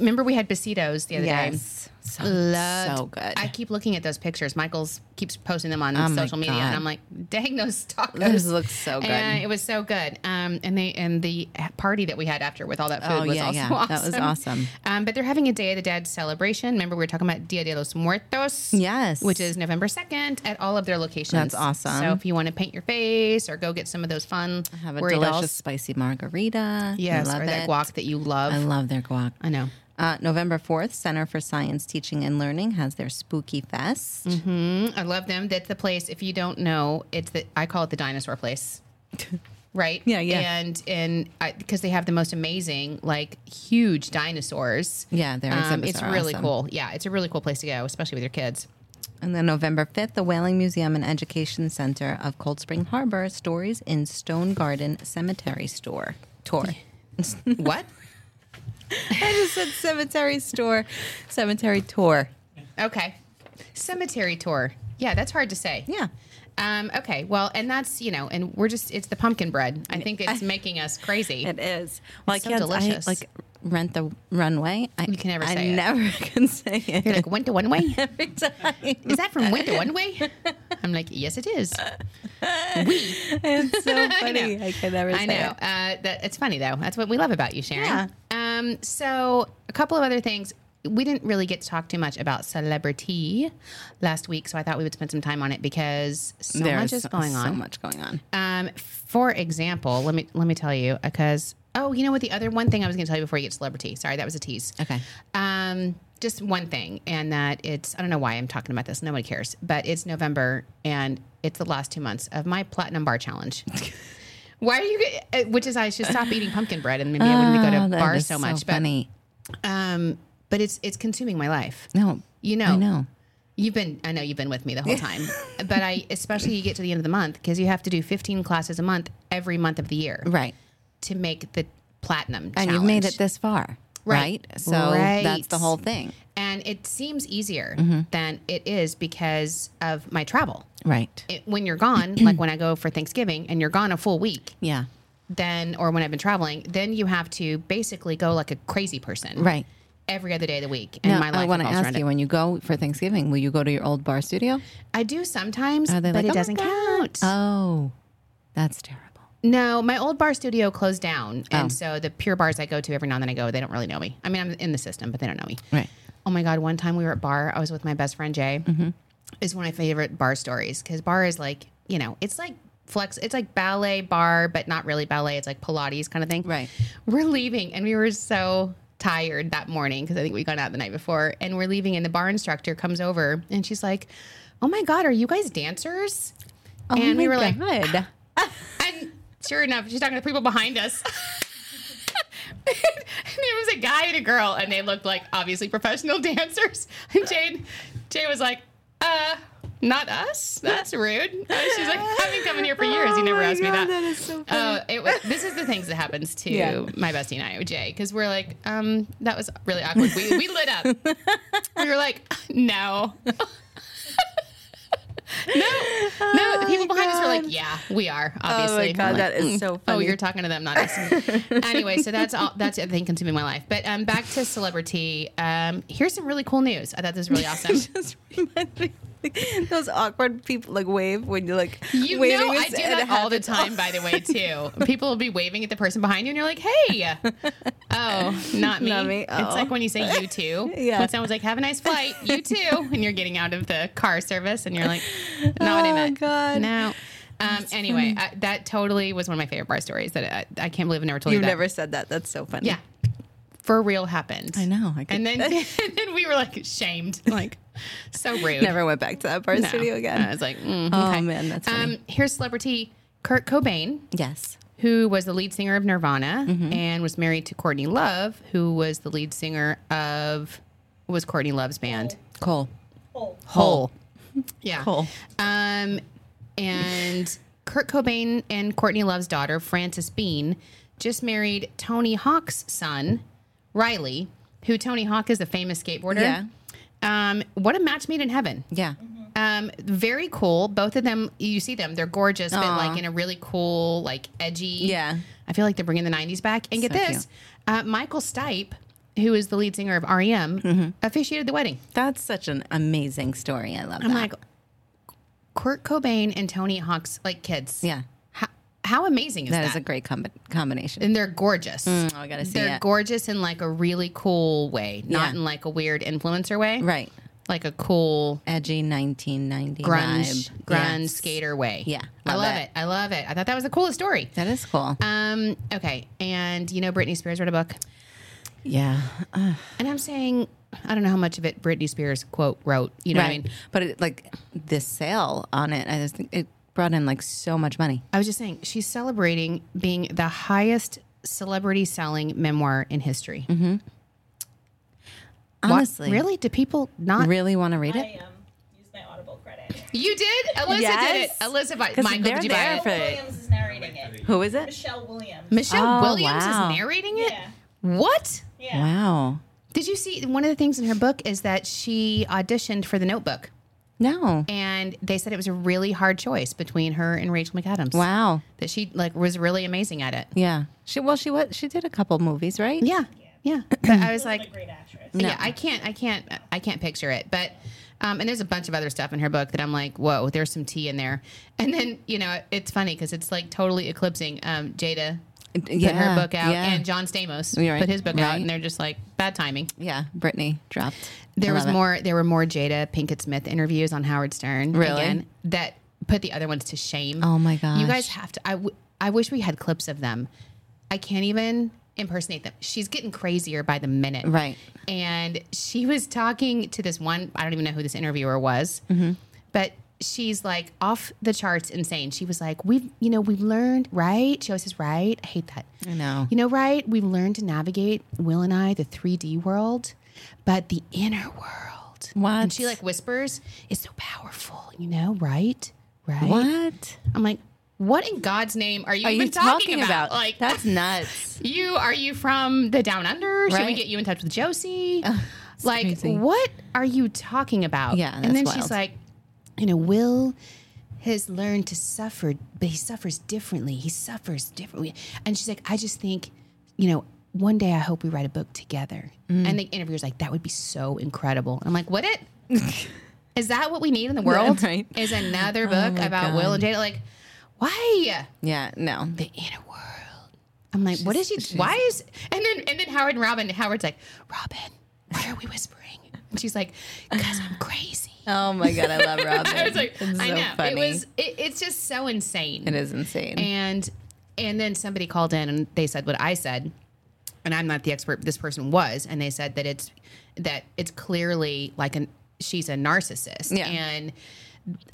S2: remember we had besitos the other day.
S3: Yes. So,
S2: Loved-
S3: so good.
S2: I keep looking at those pictures. Michael's keeps posting them on
S3: Oh my
S2: social media,
S3: God.
S2: and I'm like, dang, those tacos
S3: Those look so good.
S2: And it was so good. Um, and they and the party that we had after with all that food
S3: Oh,
S2: was
S3: yeah,
S2: also
S3: yeah.
S2: awesome.
S3: That was awesome.
S2: Um, but they're having a Day of the Dead celebration. Remember, we were talking about Dia de los Muertos.
S3: Yes.
S2: which is November second at all of their locations.
S3: That's awesome.
S2: So if you want to paint your face or go get some of those fun,
S3: Have a
S2: burritos.
S3: delicious spicy margarita.
S2: yes,
S3: I love
S2: or that
S3: it.
S2: guac that you love.
S3: I love their guac.
S2: I know.
S3: Uh, November 4th, Center for Science Teaching and Learning has their Spooky Fest.
S2: Mm, I love them. That's the place. If you don't know, it's the I call it the dinosaur place. Right.
S3: Yeah, yeah.
S2: And and because they have the most amazing, like huge dinosaurs. Um,
S3: Yeah, their exhibits
S2: it's
S3: are
S2: really
S3: awesome.
S2: cool. Yeah, it's a really cool place to go, especially with your kids.
S3: And then November 5th, the Whaling Museum and Education Center of Cold Spring Harbor Stories in Stone Garden Cemetery Store. Tour.
S2: What?
S3: I just said cemetery store, cemetery tour.
S2: Okay. Cemetery tour. Yeah, that's hard to say.
S3: Yeah.
S2: Um, okay. Well, and that's you know, and we're just it's the pumpkin bread. I think it's making us crazy.
S3: It is. Well,
S2: It's so
S3: I can't,
S2: delicious.
S3: I, like rent the runway. I,
S2: You can never
S3: I
S2: say it.
S3: never can say it.
S2: You're like went to one way.
S3: every time.
S2: Is that from Went to One Way? I'm like, yes, it is.
S3: It's so
S2: funny.
S3: funny. I, can never say
S2: I know.
S3: it.
S2: Uh, that, it's funny though. That's what we love about you, Sharon.
S3: Yeah.
S2: Um, so a couple of other things. We didn't really get to talk too much about celebrity last week, so I thought we would spend some time on it because so much is going on.
S3: So much going on.
S2: Um, for example, let me let me tell you because oh, you know what? The other one thing I was going to tell you before you get celebrity. Sorry, that was a tease.
S3: Okay.
S2: Um, just one thing, and that it's I don't know why I'm talking about this. Nobody cares, but it's November, and it's the last two months of my platinum bar challenge. Why are you? get- uh, Which is I should stop eating pumpkin bread, and maybe I wouldn't
S3: Oh,
S2: go to
S3: that
S2: bars
S3: is
S2: so much.
S3: funny.
S2: But um, but it's it's consuming my life.
S3: No,
S2: You know,
S3: I know.
S2: You've been, I know you've been with me the whole time, but I, especially you get to the end of the month because you have to do 15 classes a month every month of the year
S3: Right.
S2: to make the platinum.
S3: And
S2: challenge.
S3: you've made it this far.
S2: Right.
S3: Right. So that's the
S2: Right.
S3: whole thing.
S2: And it seems easier
S3: Mm-hmm.
S2: than it is because of my travel.
S3: Right.
S2: It, when you're gone, like when I go for Thanksgiving and you're gone a full week,
S3: Yeah.
S2: then, or when I've been traveling, then you have to basically go like a crazy person.
S3: Right.
S2: Every other day of the week. And
S3: Now,
S2: Mm. my life
S3: I want to
S2: revolves around
S3: ask
S2: it.
S3: you when you go for Thanksgiving, will you go to your old bar studio?
S2: I do sometimes,
S3: Are they
S2: but
S3: like, "Oh
S2: it
S3: my
S2: doesn't
S3: God."
S2: count.
S3: Oh, that's terrible.
S2: No, my old bar studio closed down, and
S3: Oh.
S2: so the pure bars I go to every now and then I go, they don't really know me. I mean, I'm in the system, but they don't know me.
S3: Right. Mm-hmm.
S2: Oh my god! One time we were at bar. I was with my best friend Jay. Is one of my favorite bar stories because bar is like you know it's like flex. It's like ballet bar, but not really ballet. It's like Pilates kind of thing.
S3: Right.
S2: We're leaving, and we were so tired that morning because I think we got out the night before, and we're leaving, and the bar instructor comes over, and she's like, "Oh my god, are you guys dancers?"
S3: Oh
S2: and
S3: my
S2: we were like,
S3: God.
S2: and sure enough, she's talking to the people behind us. and there was a guy and a girl, and they looked like obviously professional dancers. And Jade, Jade was like, uh, not us. That's rude. Uh, she's like, I've been coming here for years. You never
S3: Oh my
S2: asked me
S3: God,
S2: that.
S3: that is so
S2: funny. Uh, it was, this is the things that happens to
S3: Yeah.
S2: my bestie and I, Jay, because we're like, um, that was really awkward. We, we lit up. we were like, no. no, no.
S3: Oh
S2: The people behind us were like, "Yeah, we are." Obviously, I'm like,
S3: is so
S2: Oh, you're talking to them, not us. anyway, so that's all. That's the thing consuming my life. But um, back to celebrity. Um, here's some really cool news. I thought this was really awesome.
S3: just reminds me like, those awkward people like wave when you're like
S2: You
S3: waving
S2: know, I
S3: is-
S2: do
S3: and
S2: that all the
S3: happens
S2: time, by the way, too. People will be waving at the person behind you, and you're like, "Hey, oh, not me."
S3: Not me, oh.
S2: It's like when you say "you too."
S3: Yeah.
S2: When someone's like, "Have a nice flight," you too, and you're getting out of the car service, and you're like, "Not what I
S3: Oh,
S2: meant."
S3: God.
S2: No. Um, anyway, I, that totally was one of my favorite bar stories. That I, I can't believe I never told you.
S3: You've
S2: that.
S3: never said that. That's so funny.
S2: Yeah. For real happened.
S3: I know. I could-
S2: and then and then we were like shamed. Like so rude.
S3: Never went back to that bar
S2: No.
S3: studio again.
S2: I was like, mm,
S3: Oh,
S2: okay.
S3: man, that's funny.
S2: Um, here's celebrity Kurt Cobain,
S3: yes.
S2: who was the lead singer of Nirvana and was married to Courtney Love, who was the lead singer of was Courtney Love's band.
S3: Cole.
S2: Hole. Yeah.
S3: Cool.
S2: Um, and Kurt Cobain and Courtney Love's daughter, Frances Bean, just married Tony Hawk's son, Riley, who Tony Hawk is a famous skateboarder.
S3: Yeah.
S2: Um, what a match made in heaven.
S3: Yeah.
S2: Um, very cool. Both of them, you see them, they're gorgeous, but
S3: Aw.
S2: like in a really cool, like edgy.
S3: Yeah.
S2: I feel like they're bringing the 90s back. And get
S3: So
S2: this uh, Michael Stipe, who is the lead singer of REM,
S3: Mm-hmm.
S2: officiated the wedding.
S3: That's such an amazing story. I love
S2: I'm
S3: that.
S2: like, Kurt Cobain and Tony Hawk's like kids.
S3: yeah.
S2: How, how amazing is that?
S3: That is a great com- combination.
S2: and they're gorgeous.
S3: oh, I gotta see
S2: They're
S3: it.
S2: gorgeous in like a really cool way, not
S3: Yeah.
S2: in like a weird influencer way.
S3: right.
S2: Like a cool
S3: Edgy 1990
S2: grunge,
S3: vibe.
S2: grunge
S3: Yes.
S2: skater way.
S3: Yeah,
S2: I
S3: love
S2: love
S3: it.
S2: it. I love it. I thought that was the coolest story.
S3: That is cool.
S2: Um, okay, and you know Britney Spears wrote a book,
S3: yeah. Uh,
S2: and I'm saying I don't know how much of it Britney Spears quote wrote. You know what I mean?
S3: But it, like this sale on it, I just think it brought in like so much money.
S2: I was just saying she's celebrating being the highest celebrity selling memoir in history. What-
S3: Mm-hmm. Honestly.
S2: really? Do people not?
S3: Really want to read it?
S4: I um, use my Audible credit.
S2: You did? Alyssa did it.
S3: Yes.
S2: Alyssa, bought-
S3: 'Cause
S2: Michael,
S3: they're
S2: did you
S3: there
S2: buy it?
S3: for-
S4: Michelle Williams is narrating it.
S3: Who is it?
S4: Michelle Williams.
S2: Michelle
S3: Oh,
S2: Williams
S3: wow.
S2: is narrating it.
S4: Yeah.
S2: What?
S4: Yeah.
S3: Wow.
S2: Did you see? One of the things in her book is that she auditioned for The Notebook,
S3: No.
S2: and they said it was a really hard choice between her and Rachel McAdams.
S3: Wow.
S2: That she like was really amazing at it.
S3: Yeah. She well she was she did a couple movies, right?
S2: Yeah, yeah. But I was
S4: She's
S2: like,
S4: a great actress.
S2: Yeah, I can't, I can't, I can't picture it. But um, and there's a bunch of other stuff in her book that I'm like, whoa, there's some tea in there. And then you know, it's funny because it's like totally eclipsing um, Jada put
S3: Yeah,
S2: her book out
S3: yeah.
S2: and John Stamos
S3: You're right,
S2: put his book out,
S3: right.
S2: and they're just like bad timing.
S3: Yeah. Brittany dropped.
S2: There
S3: I
S2: was
S3: love it.
S2: more. There were more Jada Pinkett Smith interviews on Howard Stern.
S3: Really?
S2: that put the other ones to shame.
S3: Oh my
S2: You guys
S3: gosh.
S2: have to. I, w- I wish we had clips of them. I can't even impersonate them. She's getting crazier by the minute.
S3: Right.
S2: And she was talking to this one. I don't even know who this interviewer was,
S3: Mm-hmm.
S2: but she's like off the charts insane. She was like, "We've, you know, we've learned right." She always says, "Right." I hate that.
S3: I know.
S2: You know, right? We've learned to navigate, Will and I, the 3D world, but the inner world.
S3: What?
S2: And she like whispers, is so powerful, you know, right? Right?
S3: What
S2: I'm like, what in God's name are you
S3: are
S2: even
S3: you
S2: talking,
S3: talking
S2: about?
S3: about?
S2: Like,
S3: That's nuts.
S2: you are you from the down under? Should we
S3: Right.
S2: get you in touch with Josie? like,
S3: crazy.
S2: what are you talking about?
S3: Yeah,
S2: and then
S3: that's wild.
S2: she's like, you know, Will has learned to suffer, but he suffers differently. He suffers differently. And she's like, I just think, you know, one day I hope we write a book together.
S3: Mm.
S2: And the interviewer's like, that would be so incredible. And I'm like, would it? Is that what we need in the world?
S3: right. Oh
S2: Is another book about Will and Jada? Like, why?
S3: Yeah, no.
S2: the inner world. I'm like, what is she? Why is? And then and then Howard and Robin. Howard's like, Robin, what are we whispering? And she's like, because I'm crazy.
S3: Oh my god, I love Robin.
S2: I was like,
S3: It's
S2: I
S3: so
S2: know.
S3: funny.
S2: It was. It, it's just so insane.
S3: It is insane.
S2: And and then somebody called in and they said what I said, and I'm not the expert. but This person was, and they said that it's that it's clearly like an she's a narcissist,
S3: Yeah.
S2: and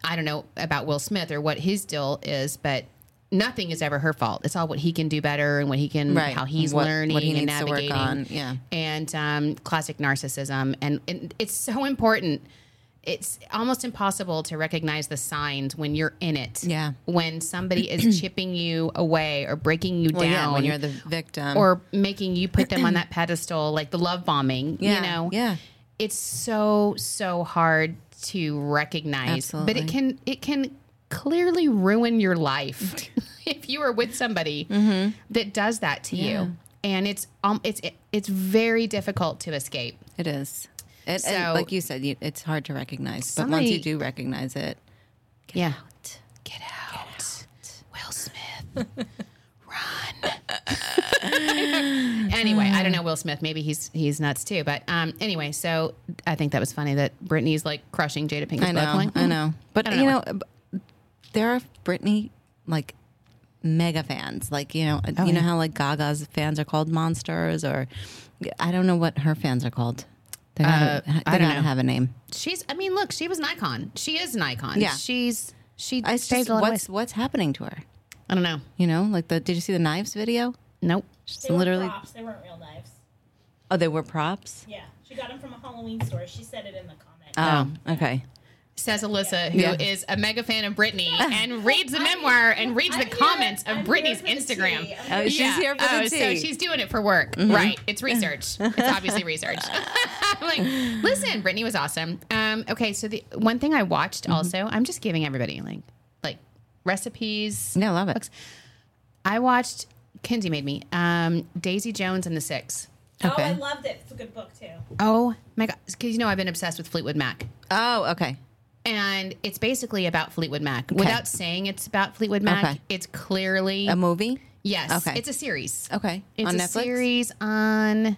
S2: I don't know about Will Smith or what his deal is, but. Nothing is ever her fault. It's all what he can do better and what he can,
S3: Right.
S2: how he's
S3: What- what
S2: learning
S3: he
S2: and
S3: needs to work
S2: navigating
S3: on. Yeah.
S2: and um, classic narcissism. And, and it's so important. It's almost impossible to recognize the signs when you're in it.
S3: Yeah.
S2: When somebody is chipping you away or breaking you
S3: well,
S2: down.
S3: yeah, when you're the victim.
S2: or making you put them on that pedestal, like the love bombing,
S3: Yeah,
S2: you know?
S3: yeah.
S2: It's so, so hard to recognize. But
S3: Absolutely.
S2: it can it can clearly ruin your life if you are with somebody
S3: Mm-hmm.
S2: that does that to you. And it's um it's it, it's very difficult to escape.
S3: it is. It, and
S2: So-
S3: like you said, you, it's hard to recognize, but once you
S2: Somebody-
S3: do recognize it,
S2: yeah. Get out. Will Smith. Run. anyway, I don't know Will Smith. Maybe he's he's nuts too. But um, anyway, so I think that was funny that Britney's like crushing Jada Pinkett's
S3: I know,
S2: book. I'm like,
S3: I know. But
S2: I don't
S3: you know,
S2: know.
S3: b- there are Britney like mega fans. Like you know,
S2: Oh,
S3: you know how like Gaga's fans are called monsters, or I don't know what her fans are called. They
S2: Uh,
S3: don't,
S2: I
S3: they
S2: don't
S3: don't
S2: know.
S3: have a name.
S2: She's. I mean, look, she was an icon. She is an icon.
S3: Yeah.
S2: She's. She
S3: I
S2: saved
S3: just,
S2: a lot of
S3: what's
S2: ways.
S3: what's happening to her?
S2: I don't know.
S3: You know, like the did you see the knives video?
S2: Nope.
S3: She's
S4: They were
S3: literally
S4: props. They weren't real knives.
S3: oh, they were props. Uh,
S4: Yeah. She got them from a Halloween store. She said it in the comment.
S3: Oh, okay.
S2: says Alyssa, who is
S3: Yeah.
S2: a mega fan of Britney and reads the memoir and reads
S4: I'm
S2: the
S4: here-
S2: comments of
S4: I'm
S2: Britney's
S4: here for the
S2: Instagram.
S4: tea. I'm
S3: Oh, she's here for the
S2: oh, so
S3: tea. Mm-hmm.
S2: she's doing it for work, right? It's research. it's obviously research. I'm like, listen, Brittany was awesome. Um, okay, so the one thing I watched
S3: Mm-hmm.
S2: also, I'm just giving everybody like, like recipes.
S3: Yeah, I love it.
S2: Books. I watched Kinsey made me um, Daisy Jones and the Six.
S4: Oh, I
S3: Okay.
S4: loved it. It's a good book too.
S2: Oh my god! Because you know I've been obsessed with Fleetwood Mac.
S3: Oh, okay.
S2: And it's basically about Fleetwood Mac. Without saying it's about Fleetwood Mac,
S3: Okay.
S2: it's clearly
S3: A movie?
S2: yes.
S3: okay.
S2: It's a series.
S3: Okay.
S2: It's
S3: On
S2: a
S3: Netflix?
S2: series on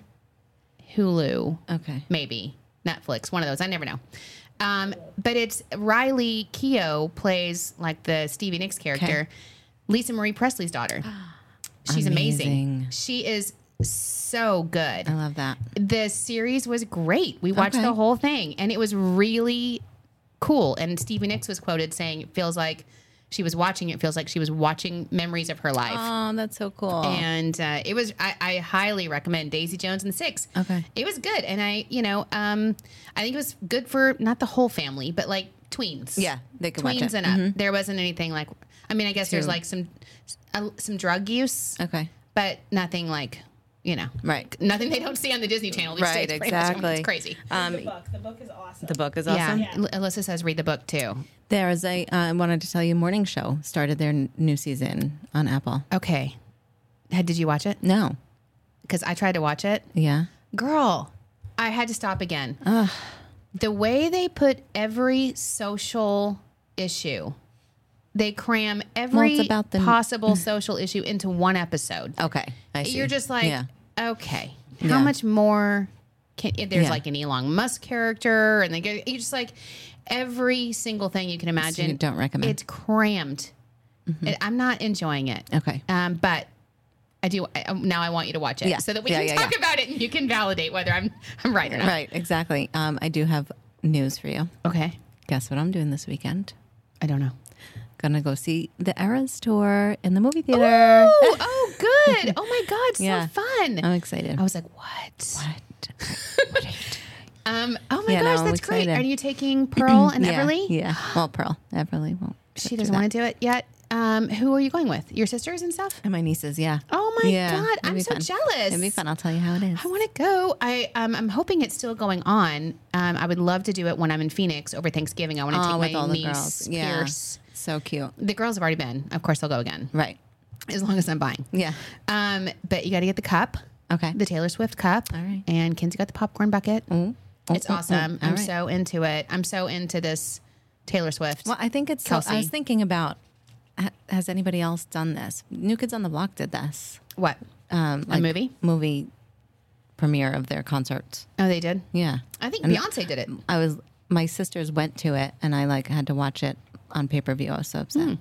S2: Hulu,
S3: Okay.
S2: maybe Netflix, one of those. I never know. Um, but it's Riley Keough plays like the Stevie Nicks character, Lisa Marie Presley's daughter. She's amazing.
S3: Amazing.
S2: She is so good
S3: I love that.
S2: the series was great. We watched
S3: Okay.
S2: the whole thing and it was really cool. And Stevie Nicks was quoted saying, It feels like she was watching, it feels like she was watching memories of her life.
S3: Oh, that's so cool.
S2: And uh, it was, I, I highly recommend Daisy Jones and the Six.
S3: Okay.
S2: It was good. And I, you know, um, I think it was good for not the whole family, but like tweens.
S3: Yeah, they could watch
S2: tweens
S3: it. Mm-hmm.
S2: and up. There wasn't anything like, I mean, I guess there's
S3: Too.
S2: like some, uh, some drug use
S3: okay.
S2: but nothing like you know
S3: Right.
S2: nothing they don't see on the disney channel these
S3: Right,
S2: days, pretty much.
S3: exactly.
S2: it's crazy
S4: the book. The book is awesome.
S3: The book is
S2: yeah,
S3: awesome.
S2: Al- Alyssa says read the book too.
S3: There is a, uh, I wanted to tell you, Morning Show started their n- new season on Apple.
S2: Okay, had, did you watch it?
S3: No.
S2: Because I tried to watch it,
S3: Yeah.
S2: girl. I had to stop again. The way they put every social issue, they cram every
S3: about the- mm-hmm.
S2: possible social issue into one episode.
S3: Okay. I see.
S2: You're just like,
S3: yeah.
S2: okay, how
S3: Yeah.
S2: much more? Can, if there's
S3: Yeah.
S2: like an Elon Musk character, and they go, you just like every single thing you can imagine.
S3: don't recommend. Mm-hmm.
S2: It's crammed. It- I'm not enjoying it.
S3: Okay.
S2: um, but I do I, um, now. I want you to watch it
S3: Yeah.
S2: so that we
S3: Yeah,
S2: can
S3: yeah,
S2: talk
S3: yeah.
S2: about it and you can validate whether I'm I'm right or not.
S3: Right. Exactly. Um, I do have news for you.
S2: Okay,
S3: Guess what I'm doing this weekend?
S2: I don't know.
S3: Gonna go see the Eras tour in the movie theater.
S2: Oh, oh, good. Oh my God, so
S3: Yeah.
S2: fun.
S3: I'm excited.
S2: I was like, Oh, what?
S3: What?
S2: Um, oh my
S3: Yeah, no,
S2: gosh,
S3: I'm
S2: that's great.
S3: excited.
S2: Are you taking Pearl and
S3: yeah,
S2: Everly?
S3: Yeah. Well, Pearl. Everly won't.
S2: She doesn't want to do it yet. Um, who are you going with? Your sisters and stuff?
S3: And my nieces, yeah.
S2: Oh my
S3: Yeah,
S2: god,
S3: it'd
S2: I'm
S3: be
S2: so
S3: fun.
S2: jealous.
S3: It'd be fun. I'll tell you how it is.
S2: I want to go. I um, I'm hoping it's still going on. Um, I would love to do it when I'm in Phoenix over Thanksgiving. I want to
S3: Oh,
S2: take
S3: with
S2: my
S3: all the
S2: niece
S3: girls. Yeah.
S2: Pierce.
S3: So cute.
S2: The girls have already been. Of course, they'll go again
S3: Right. Mm.
S2: as long as I'm buying.
S3: Yeah.
S2: Um, but you got to get the cup,
S3: Okay.
S2: the Taylor Swift cup.
S3: All right.
S2: And Kinsey got the popcorn bucket. It's
S3: mm, mm.
S2: awesome.
S3: All
S2: I'm
S3: right.
S2: so into it. I'm so into this Taylor Swift.
S3: Well, I think it's. So, I
S2: Kelsey.
S3: was thinking about. ha- Has anybody else done this? New Kids on the Block did this.
S2: what?
S3: Um,
S2: A movie?
S3: Movie premiere of their concert.
S2: Oh, they did.
S3: Yeah.
S2: I think
S3: And
S2: Beyonce did it.
S3: I was. My sisters went to it, and I like had to watch it on pay per view. I was so upset.
S2: Hmm.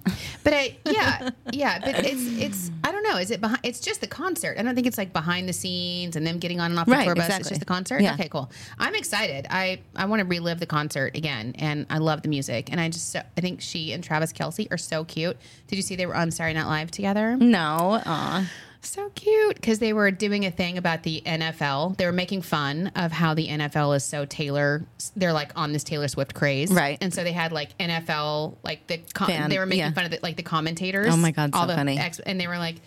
S2: But I, yeah, yeah. But it's it's I don't know. Is it behind? It's just the concert. I don't think it's like behind the scenes and them getting on and off the
S3: Right,
S2: tour bus. It's
S3: exactly.
S2: just the concert.
S3: Yeah.
S2: Okay, cool. I'm excited. I I want to relive the concert again, and I love the music. And I just so, I think she and Travis Kelsey are so cute. Did you see they were on Saturday Night Live together?
S3: No. Aw.
S2: So cute because they were doing a thing about the NFL. They were making fun of how the NFL is so Taylor. They're like on this Taylor Swift craze,
S3: Right.
S2: And so they had like NFL, like the com-
S3: Fan,
S2: they were making
S3: yeah.
S2: fun of the, like the commentators.
S3: Oh my God, so
S2: all the
S3: funny.
S2: ex- and they were like,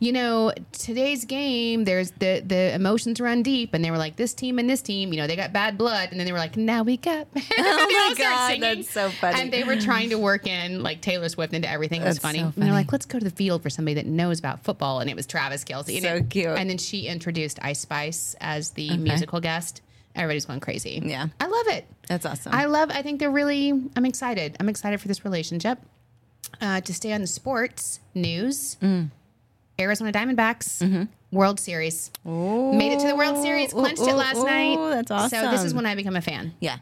S2: you know, today's game. There's the the emotions run deep, and they were like, this team and this team. You know, they got bad blood, and then they were like, now we got. oh
S3: my God, that's so funny.
S2: And they were trying to work in like Taylor Swift into everything. It was
S3: That's
S2: funny.
S3: so
S2: And they're
S3: funny.
S2: like, let's go to the field for somebody that knows about football, and it was Travis Kelsey. And
S3: So
S2: it-
S3: cute.
S2: And then she introduced Ice Spice as the musical guest. Everybody's going crazy.
S3: Yeah.
S2: I love it.
S3: That's awesome.
S2: I love. I think they're really. I'm excited. I'm excited for this relationship. Uh, to stay on the sports news,
S3: Mm.
S2: Arizona Diamondbacks World Series made it to the World Series,
S3: Mm-hmm. Ooh,
S2: clinched
S3: ooh,
S2: it last
S3: ooh,
S2: night.
S3: that's
S2: So this is
S3: awesome.
S2: when I become a fan.
S3: yeah.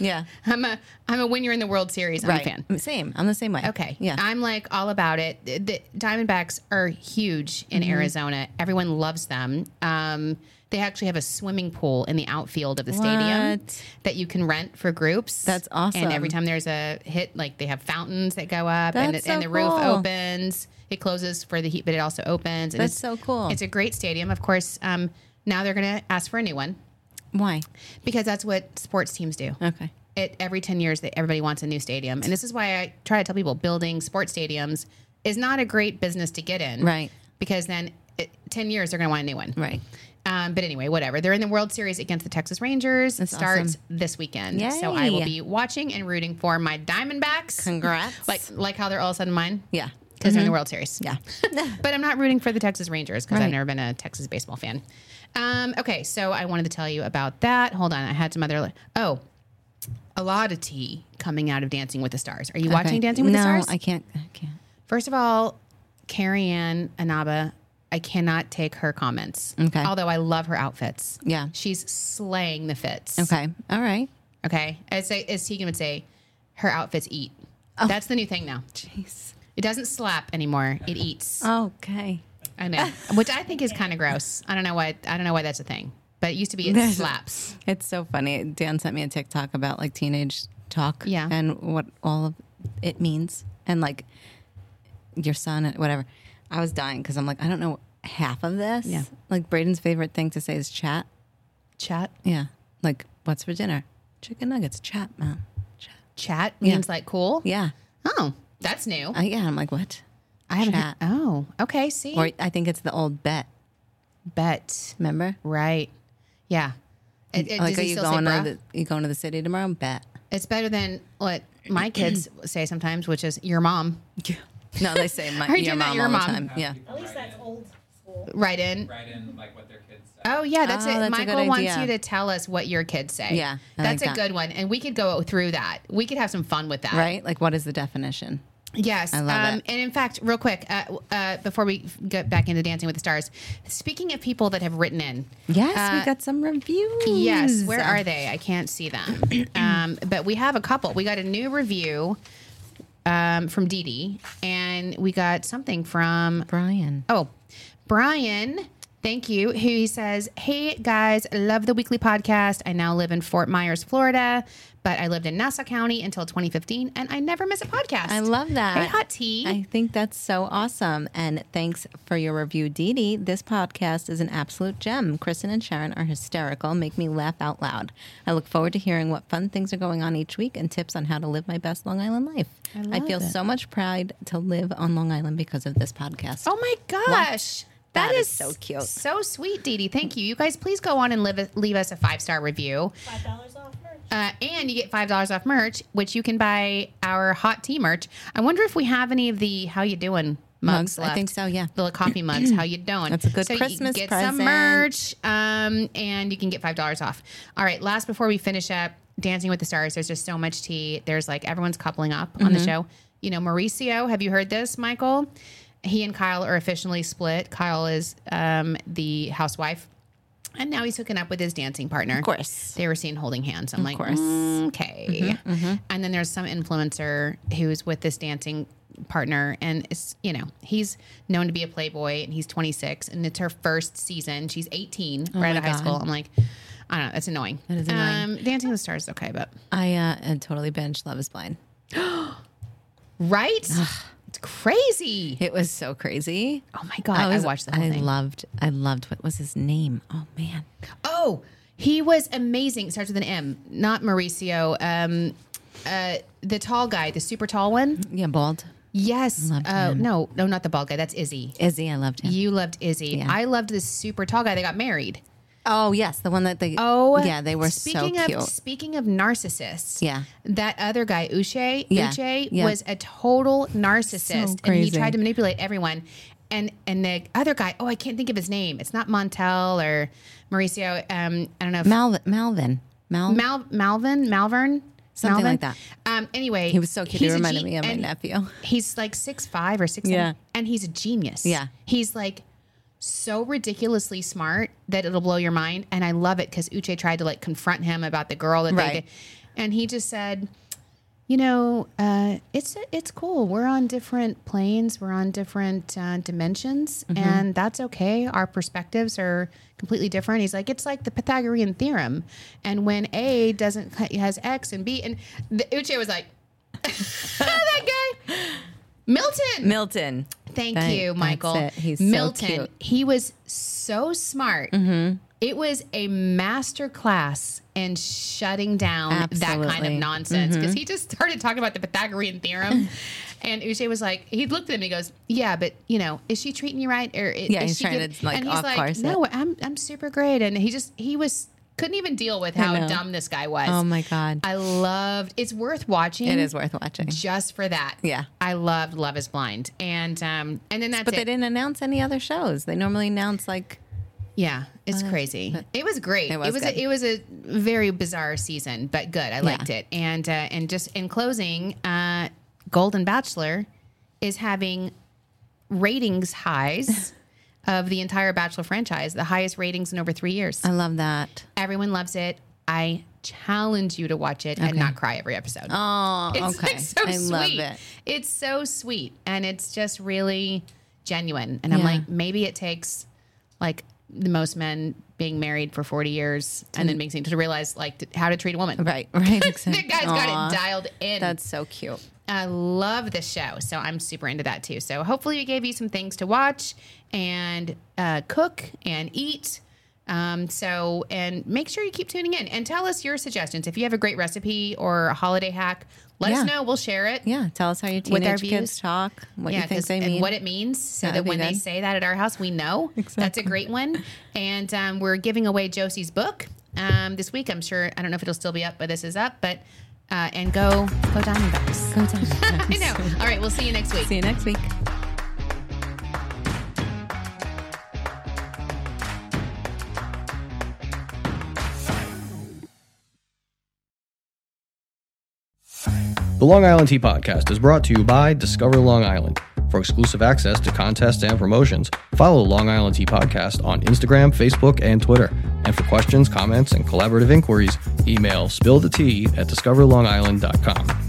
S3: Yeah.
S2: I'm a I'm a when you're in the World Series, I'm a fan.
S3: Same. I'm the same way.
S2: Okay.
S3: Yeah.
S2: I'm like all about it. The- The Diamondbacks are huge
S3: Mm-hmm.
S2: in Arizona. Everyone loves them. Um, they actually have a swimming pool in the outfield of the stadium
S3: What?
S2: that you can rent for groups.
S3: That's awesome.
S2: And every time there's a hit, like they have fountains that go up and,
S3: That's
S2: and
S3: so
S2: the roof
S3: cool.
S2: opens. It closes for the heat, but it also opens. And
S3: That's
S2: it's-
S3: so cool.
S2: It's a great stadium. Of course, um, now they're going to ask for a new one
S3: Why?
S2: because that's what sports teams do.
S3: Okay.
S2: it every 10 years that everybody wants a new stadium. And this is why I try to tell people building sports stadiums is not a great business to get in.
S3: Right.
S2: Because then it, 10 years, they're going to want a new one.
S3: Right.
S2: Um, but anyway, whatever. They're in the World Series against the Texas Rangers. It starts this weekend. So I will
S3: Yay.
S2: be watching and rooting for my Diamondbacks.
S3: Congrats.
S2: Like like how they're all of a sudden mine.
S3: yeah. Mm-hmm.
S2: Because they're in the World Series.
S3: Yeah.
S2: but I'm not rooting for the Texas Rangers because
S3: Right.
S2: I've never been a Texas baseball fan. Um, okay, so I wanted to tell you about that. Hold on, I had some other. Oh, a lot of tea coming out of Dancing with the Stars. Are you watching
S3: Okay.
S2: Dancing with
S3: no,
S2: the Stars?
S3: I can't. I can't.
S2: First of all, Carrie Ann Anaba, I cannot take her comments.
S3: Okay.
S2: Although I love her outfits.
S3: Yeah.
S2: She's slaying the fits.
S3: Okay. All right.
S2: Okay. As, I- as Tegan would say, her outfits eat. That's the new thing now.
S3: Oh. Jeez.
S2: It doesn't slap anymore. It eats.
S3: Okay.
S2: I know, which I think is kind of gross. I don't know why. I don't know why that's a thing. But it used to be it
S3: There's-
S2: slaps.
S3: It's so funny. Dan sent me a TikTok about like teenage talk.
S2: Yeah.
S3: And what all of it means. And like your son and whatever. I was dying because I'm like, I don't know half of this.
S2: Yeah.
S3: Like Braden's favorite thing to say is chat.
S2: Chat.
S3: Yeah. Like, what's for dinner? Chicken nuggets. Chat, mom. Chat.
S2: Chat
S3: Yeah.
S2: means like cool.
S3: Yeah.
S2: Oh, that's new.
S3: I, yeah. I'm like, what?
S2: I haven't.
S3: chat.
S2: Heard, oh, okay. See,
S3: Or I think it's the old bet.
S2: bet.
S3: Remember?
S2: Right. Yeah. It, it,
S3: like,
S2: does
S3: are
S2: he
S3: you
S2: still say
S3: going
S2: bruh?
S3: to the you going to the city tomorrow? Bet.
S2: It's better than what my kids say sometimes, which is your mom.
S3: No, they say my,
S2: Are you
S3: your
S2: doing that
S3: mom
S2: to your
S3: all the
S2: mom?
S3: time. Yeah.
S4: At least that's old school.
S2: Right in.
S5: Write in like what their kids said.
S2: Oh yeah, that's
S3: Oh,
S2: it.
S3: that's a
S2: Michael
S3: good
S2: wants
S3: idea.
S2: you to tell us what your kids say.
S3: Yeah, I
S2: that's
S3: like
S2: a
S3: that.
S2: good one, and we could go through that. We could have some fun with that.
S3: Right? Like, what is the definition?
S2: Yes.
S3: I love
S2: um,
S3: it.
S2: And in fact, real quick, uh, uh, before we f- get back into Dancing with the Stars, speaking of people that have written in,
S3: Yes,
S2: Uh,
S3: we got some reviews.
S2: yes, where are they? I can't see them. um, but we have a couple. We got a new review um, from Dee Dee, and we got something from
S3: Brian.
S2: Oh, Brian, thank you. Who he says, Hey guys, love the weekly podcast. I now live in Fort Myers, Florida, but I lived in Nassau County until 2015, and I never miss a podcast.
S3: I love that.
S2: Hey, hot tea.
S3: I think that's so awesome. And thanks for your review, Dee Dee. This podcast is an absolute gem. Kristen and Sharon are hysterical, make me laugh out loud. I look forward to hearing what fun things are going on each week and tips on how to live my best Long Island life. I,
S2: love
S3: feel
S2: it.
S3: so much pride to live on Long Island because of this podcast.
S2: Oh my gosh.
S3: That is so cute.
S2: So sweet, Dee Dee. Thank you. You guys, please go on and live, leave us a five star review.
S4: Five dollars off merch.
S2: Uh, and you get $5 off merch, which you can buy our hot tea merch. I wonder if we have any of the How You Doing
S3: Mugs,
S2: mugs
S3: I
S2: left.
S3: think so, yeah.
S2: The little coffee mugs. How you doing?
S3: That's a good
S2: so you
S3: Christmas
S2: get
S3: present.
S2: some merch um, and you can get $5 off. All right, last before we finish up, Dancing with the Stars, there's just so much tea. There's like everyone's coupling up on
S3: Mm-hmm.
S2: the show. You know, Mauricio, have you heard this, Michael? He and Kyle are officially split. Kyle is um, the housewife. And now he's hooking up with his dancing partner. Of
S3: course.
S2: They were seen holding hands. I'm like,
S3: course. Mm-hmm,
S2: "Mm, okay. And then there's some influencer who's with this dancing partner, and it's, you know, he's known to be a playboy and he's 26, and it's her first season. She's 18, right
S3: Oh my
S2: out of high
S3: God.
S2: school. I'm like, I don't know. That's annoying.
S3: That is annoying.
S2: Um, Dancing with the Stars is okay, but
S3: I uh, and totally binge Love is Blind.
S2: right? it's crazy.
S3: It was so crazy.
S2: Oh my God. I,
S3: was-
S2: watched the whole
S3: I
S2: thing.
S3: loved. I loved. What was his name? Oh man.
S2: Oh, he was amazing. Starts with an M, not Mauricio. Um, uh, the tall guy, the super tall one.
S3: Yeah, bald.
S2: Yes. Oh no, no, not the bald guy. That's Izzy.
S3: Izzy, I loved him.
S2: You loved Izzy.
S3: Yeah.
S2: I loved this super tall guy. They got married.
S3: oh yes, the one that they.
S2: Oh,
S3: yeah, they were so
S2: speaking
S3: cute.
S2: Of, speaking of narcissists,
S3: Yeah.
S2: that other guy Uche,
S3: Yeah,
S2: Uche
S3: yeah.
S2: was a total narcissist, and he
S3: crazy.
S2: tried to manipulate everyone. And and the other guy, oh, I can't think of his name. It's not Montel or Mauricio. Um, I don't know. If,
S3: Malvin. Malvin. Mal.
S2: Mal- Malvin, Malvern,
S3: Something
S2: Malvin?
S3: like that.
S2: Um, anyway,
S3: he was so cute. He
S2: he's a
S3: reminded
S2: gen-
S3: me of my
S2: and
S3: nephew.
S2: He's like six five or six,
S3: Yeah.
S2: and he's a genius.
S3: Yeah.
S2: he's like so ridiculously smart that it'll blow your mind, and I love it because Uche tried to like confront him about the girl that
S3: Right.
S2: they did, and he just said. You know, uh, it's it's cool. We're on different planes. We're on different uh, dimensions, and that's okay. Our perspectives are completely different. He's like, it's like the Pythagorean theorem, and when A doesn't has X and B, and the, Uche was like, that guy, Milton.
S3: Milton.
S2: Thank
S3: Thank-
S2: you,
S3: that's
S2: Michael.
S3: it. He's so
S2: Milton.
S3: cute. Mm-hmm.
S2: He was so smart. It was a master class in shutting down that kind of
S3: Absolutely. Mm-hmm.
S2: nonsense because he just started talking about the Pythagorean theorem. and Uche was like, he looked at him and he goes, Yeah, but you know, is she treating you right? Or is,
S3: Yeah,
S2: is
S3: he's
S2: she
S3: trying
S2: giving-"
S3: to, like,
S2: and he's like,
S3: off-course it.
S2: No, I'm, I'm super great. And he just, he was, couldn't even deal with how
S3: know.
S2: dumb this guy was.
S3: Oh my God.
S2: I loved it's worth watching.
S3: it is worth watching.
S2: Just for that.
S3: Yeah.
S2: I loved Love is Blind. And um and then that's
S3: But
S2: it.
S3: they didn't announce any other shows. They normally announce like
S2: Yeah, it's crazy. It was great.
S3: Uh,
S2: It
S3: It
S2: was
S3: was
S2: a,
S3: good.
S2: it was a very bizarre season, but good. I liked it. And uh, and just in closing, uh, Golden Bachelor is having ratings highs of the entire Bachelor franchise, the highest ratings in over three years.
S3: I love that.
S2: Everyone loves it. I challenge you to watch it and not cry every episode.
S3: Oh,
S2: It's
S3: okay.
S2: like so
S3: I
S2: sweet.
S3: love it.
S2: It's so sweet, and it's just really genuine. And I'm
S3: Yeah.
S2: like, maybe it takes like the most men being married for 40 years and
S3: Mm.
S2: then being single to realize like t- how to treat a woman.
S3: Right, right.
S2: The
S3: Exactly.
S2: guy's got
S3: Aw,
S2: it dialed in.
S3: That's so cute.
S2: I love the show, so I'm super into that too. So hopefully, we gave you some things to watch and uh, cook and eat. Um, so and make sure you keep tuning in and tell us your suggestions. If you have a great recipe or a holiday hack, let us
S3: Yeah.
S2: know. We'll share it.
S3: Yeah, tell us how your
S2: With our
S3: teenage kids
S2: views.
S3: talk. What you think
S2: 'cause-
S3: they
S2: and
S3: mean.
S2: what it means, so
S3: That
S2: that
S3: would be
S2: when they
S3: good.
S2: say that at our house, we know that's a great one. And um, we're giving away Josie's book um, this week. I'm sure. I don't know if it'll still be up, but this is up. But uh, and go go Diamondbacks. Go Diamondbacks. I know. All right, we'll see you next week.
S3: See you next week.
S5: The Long Island Tea Podcast is brought to you by Discover Long Island. For exclusive access to contests and promotions, follow the Long Island Tea Podcast on Instagram, Facebook, and Twitter. And for questions, comments, and collaborative inquiries, email spill the tea at discoverlongisland.com.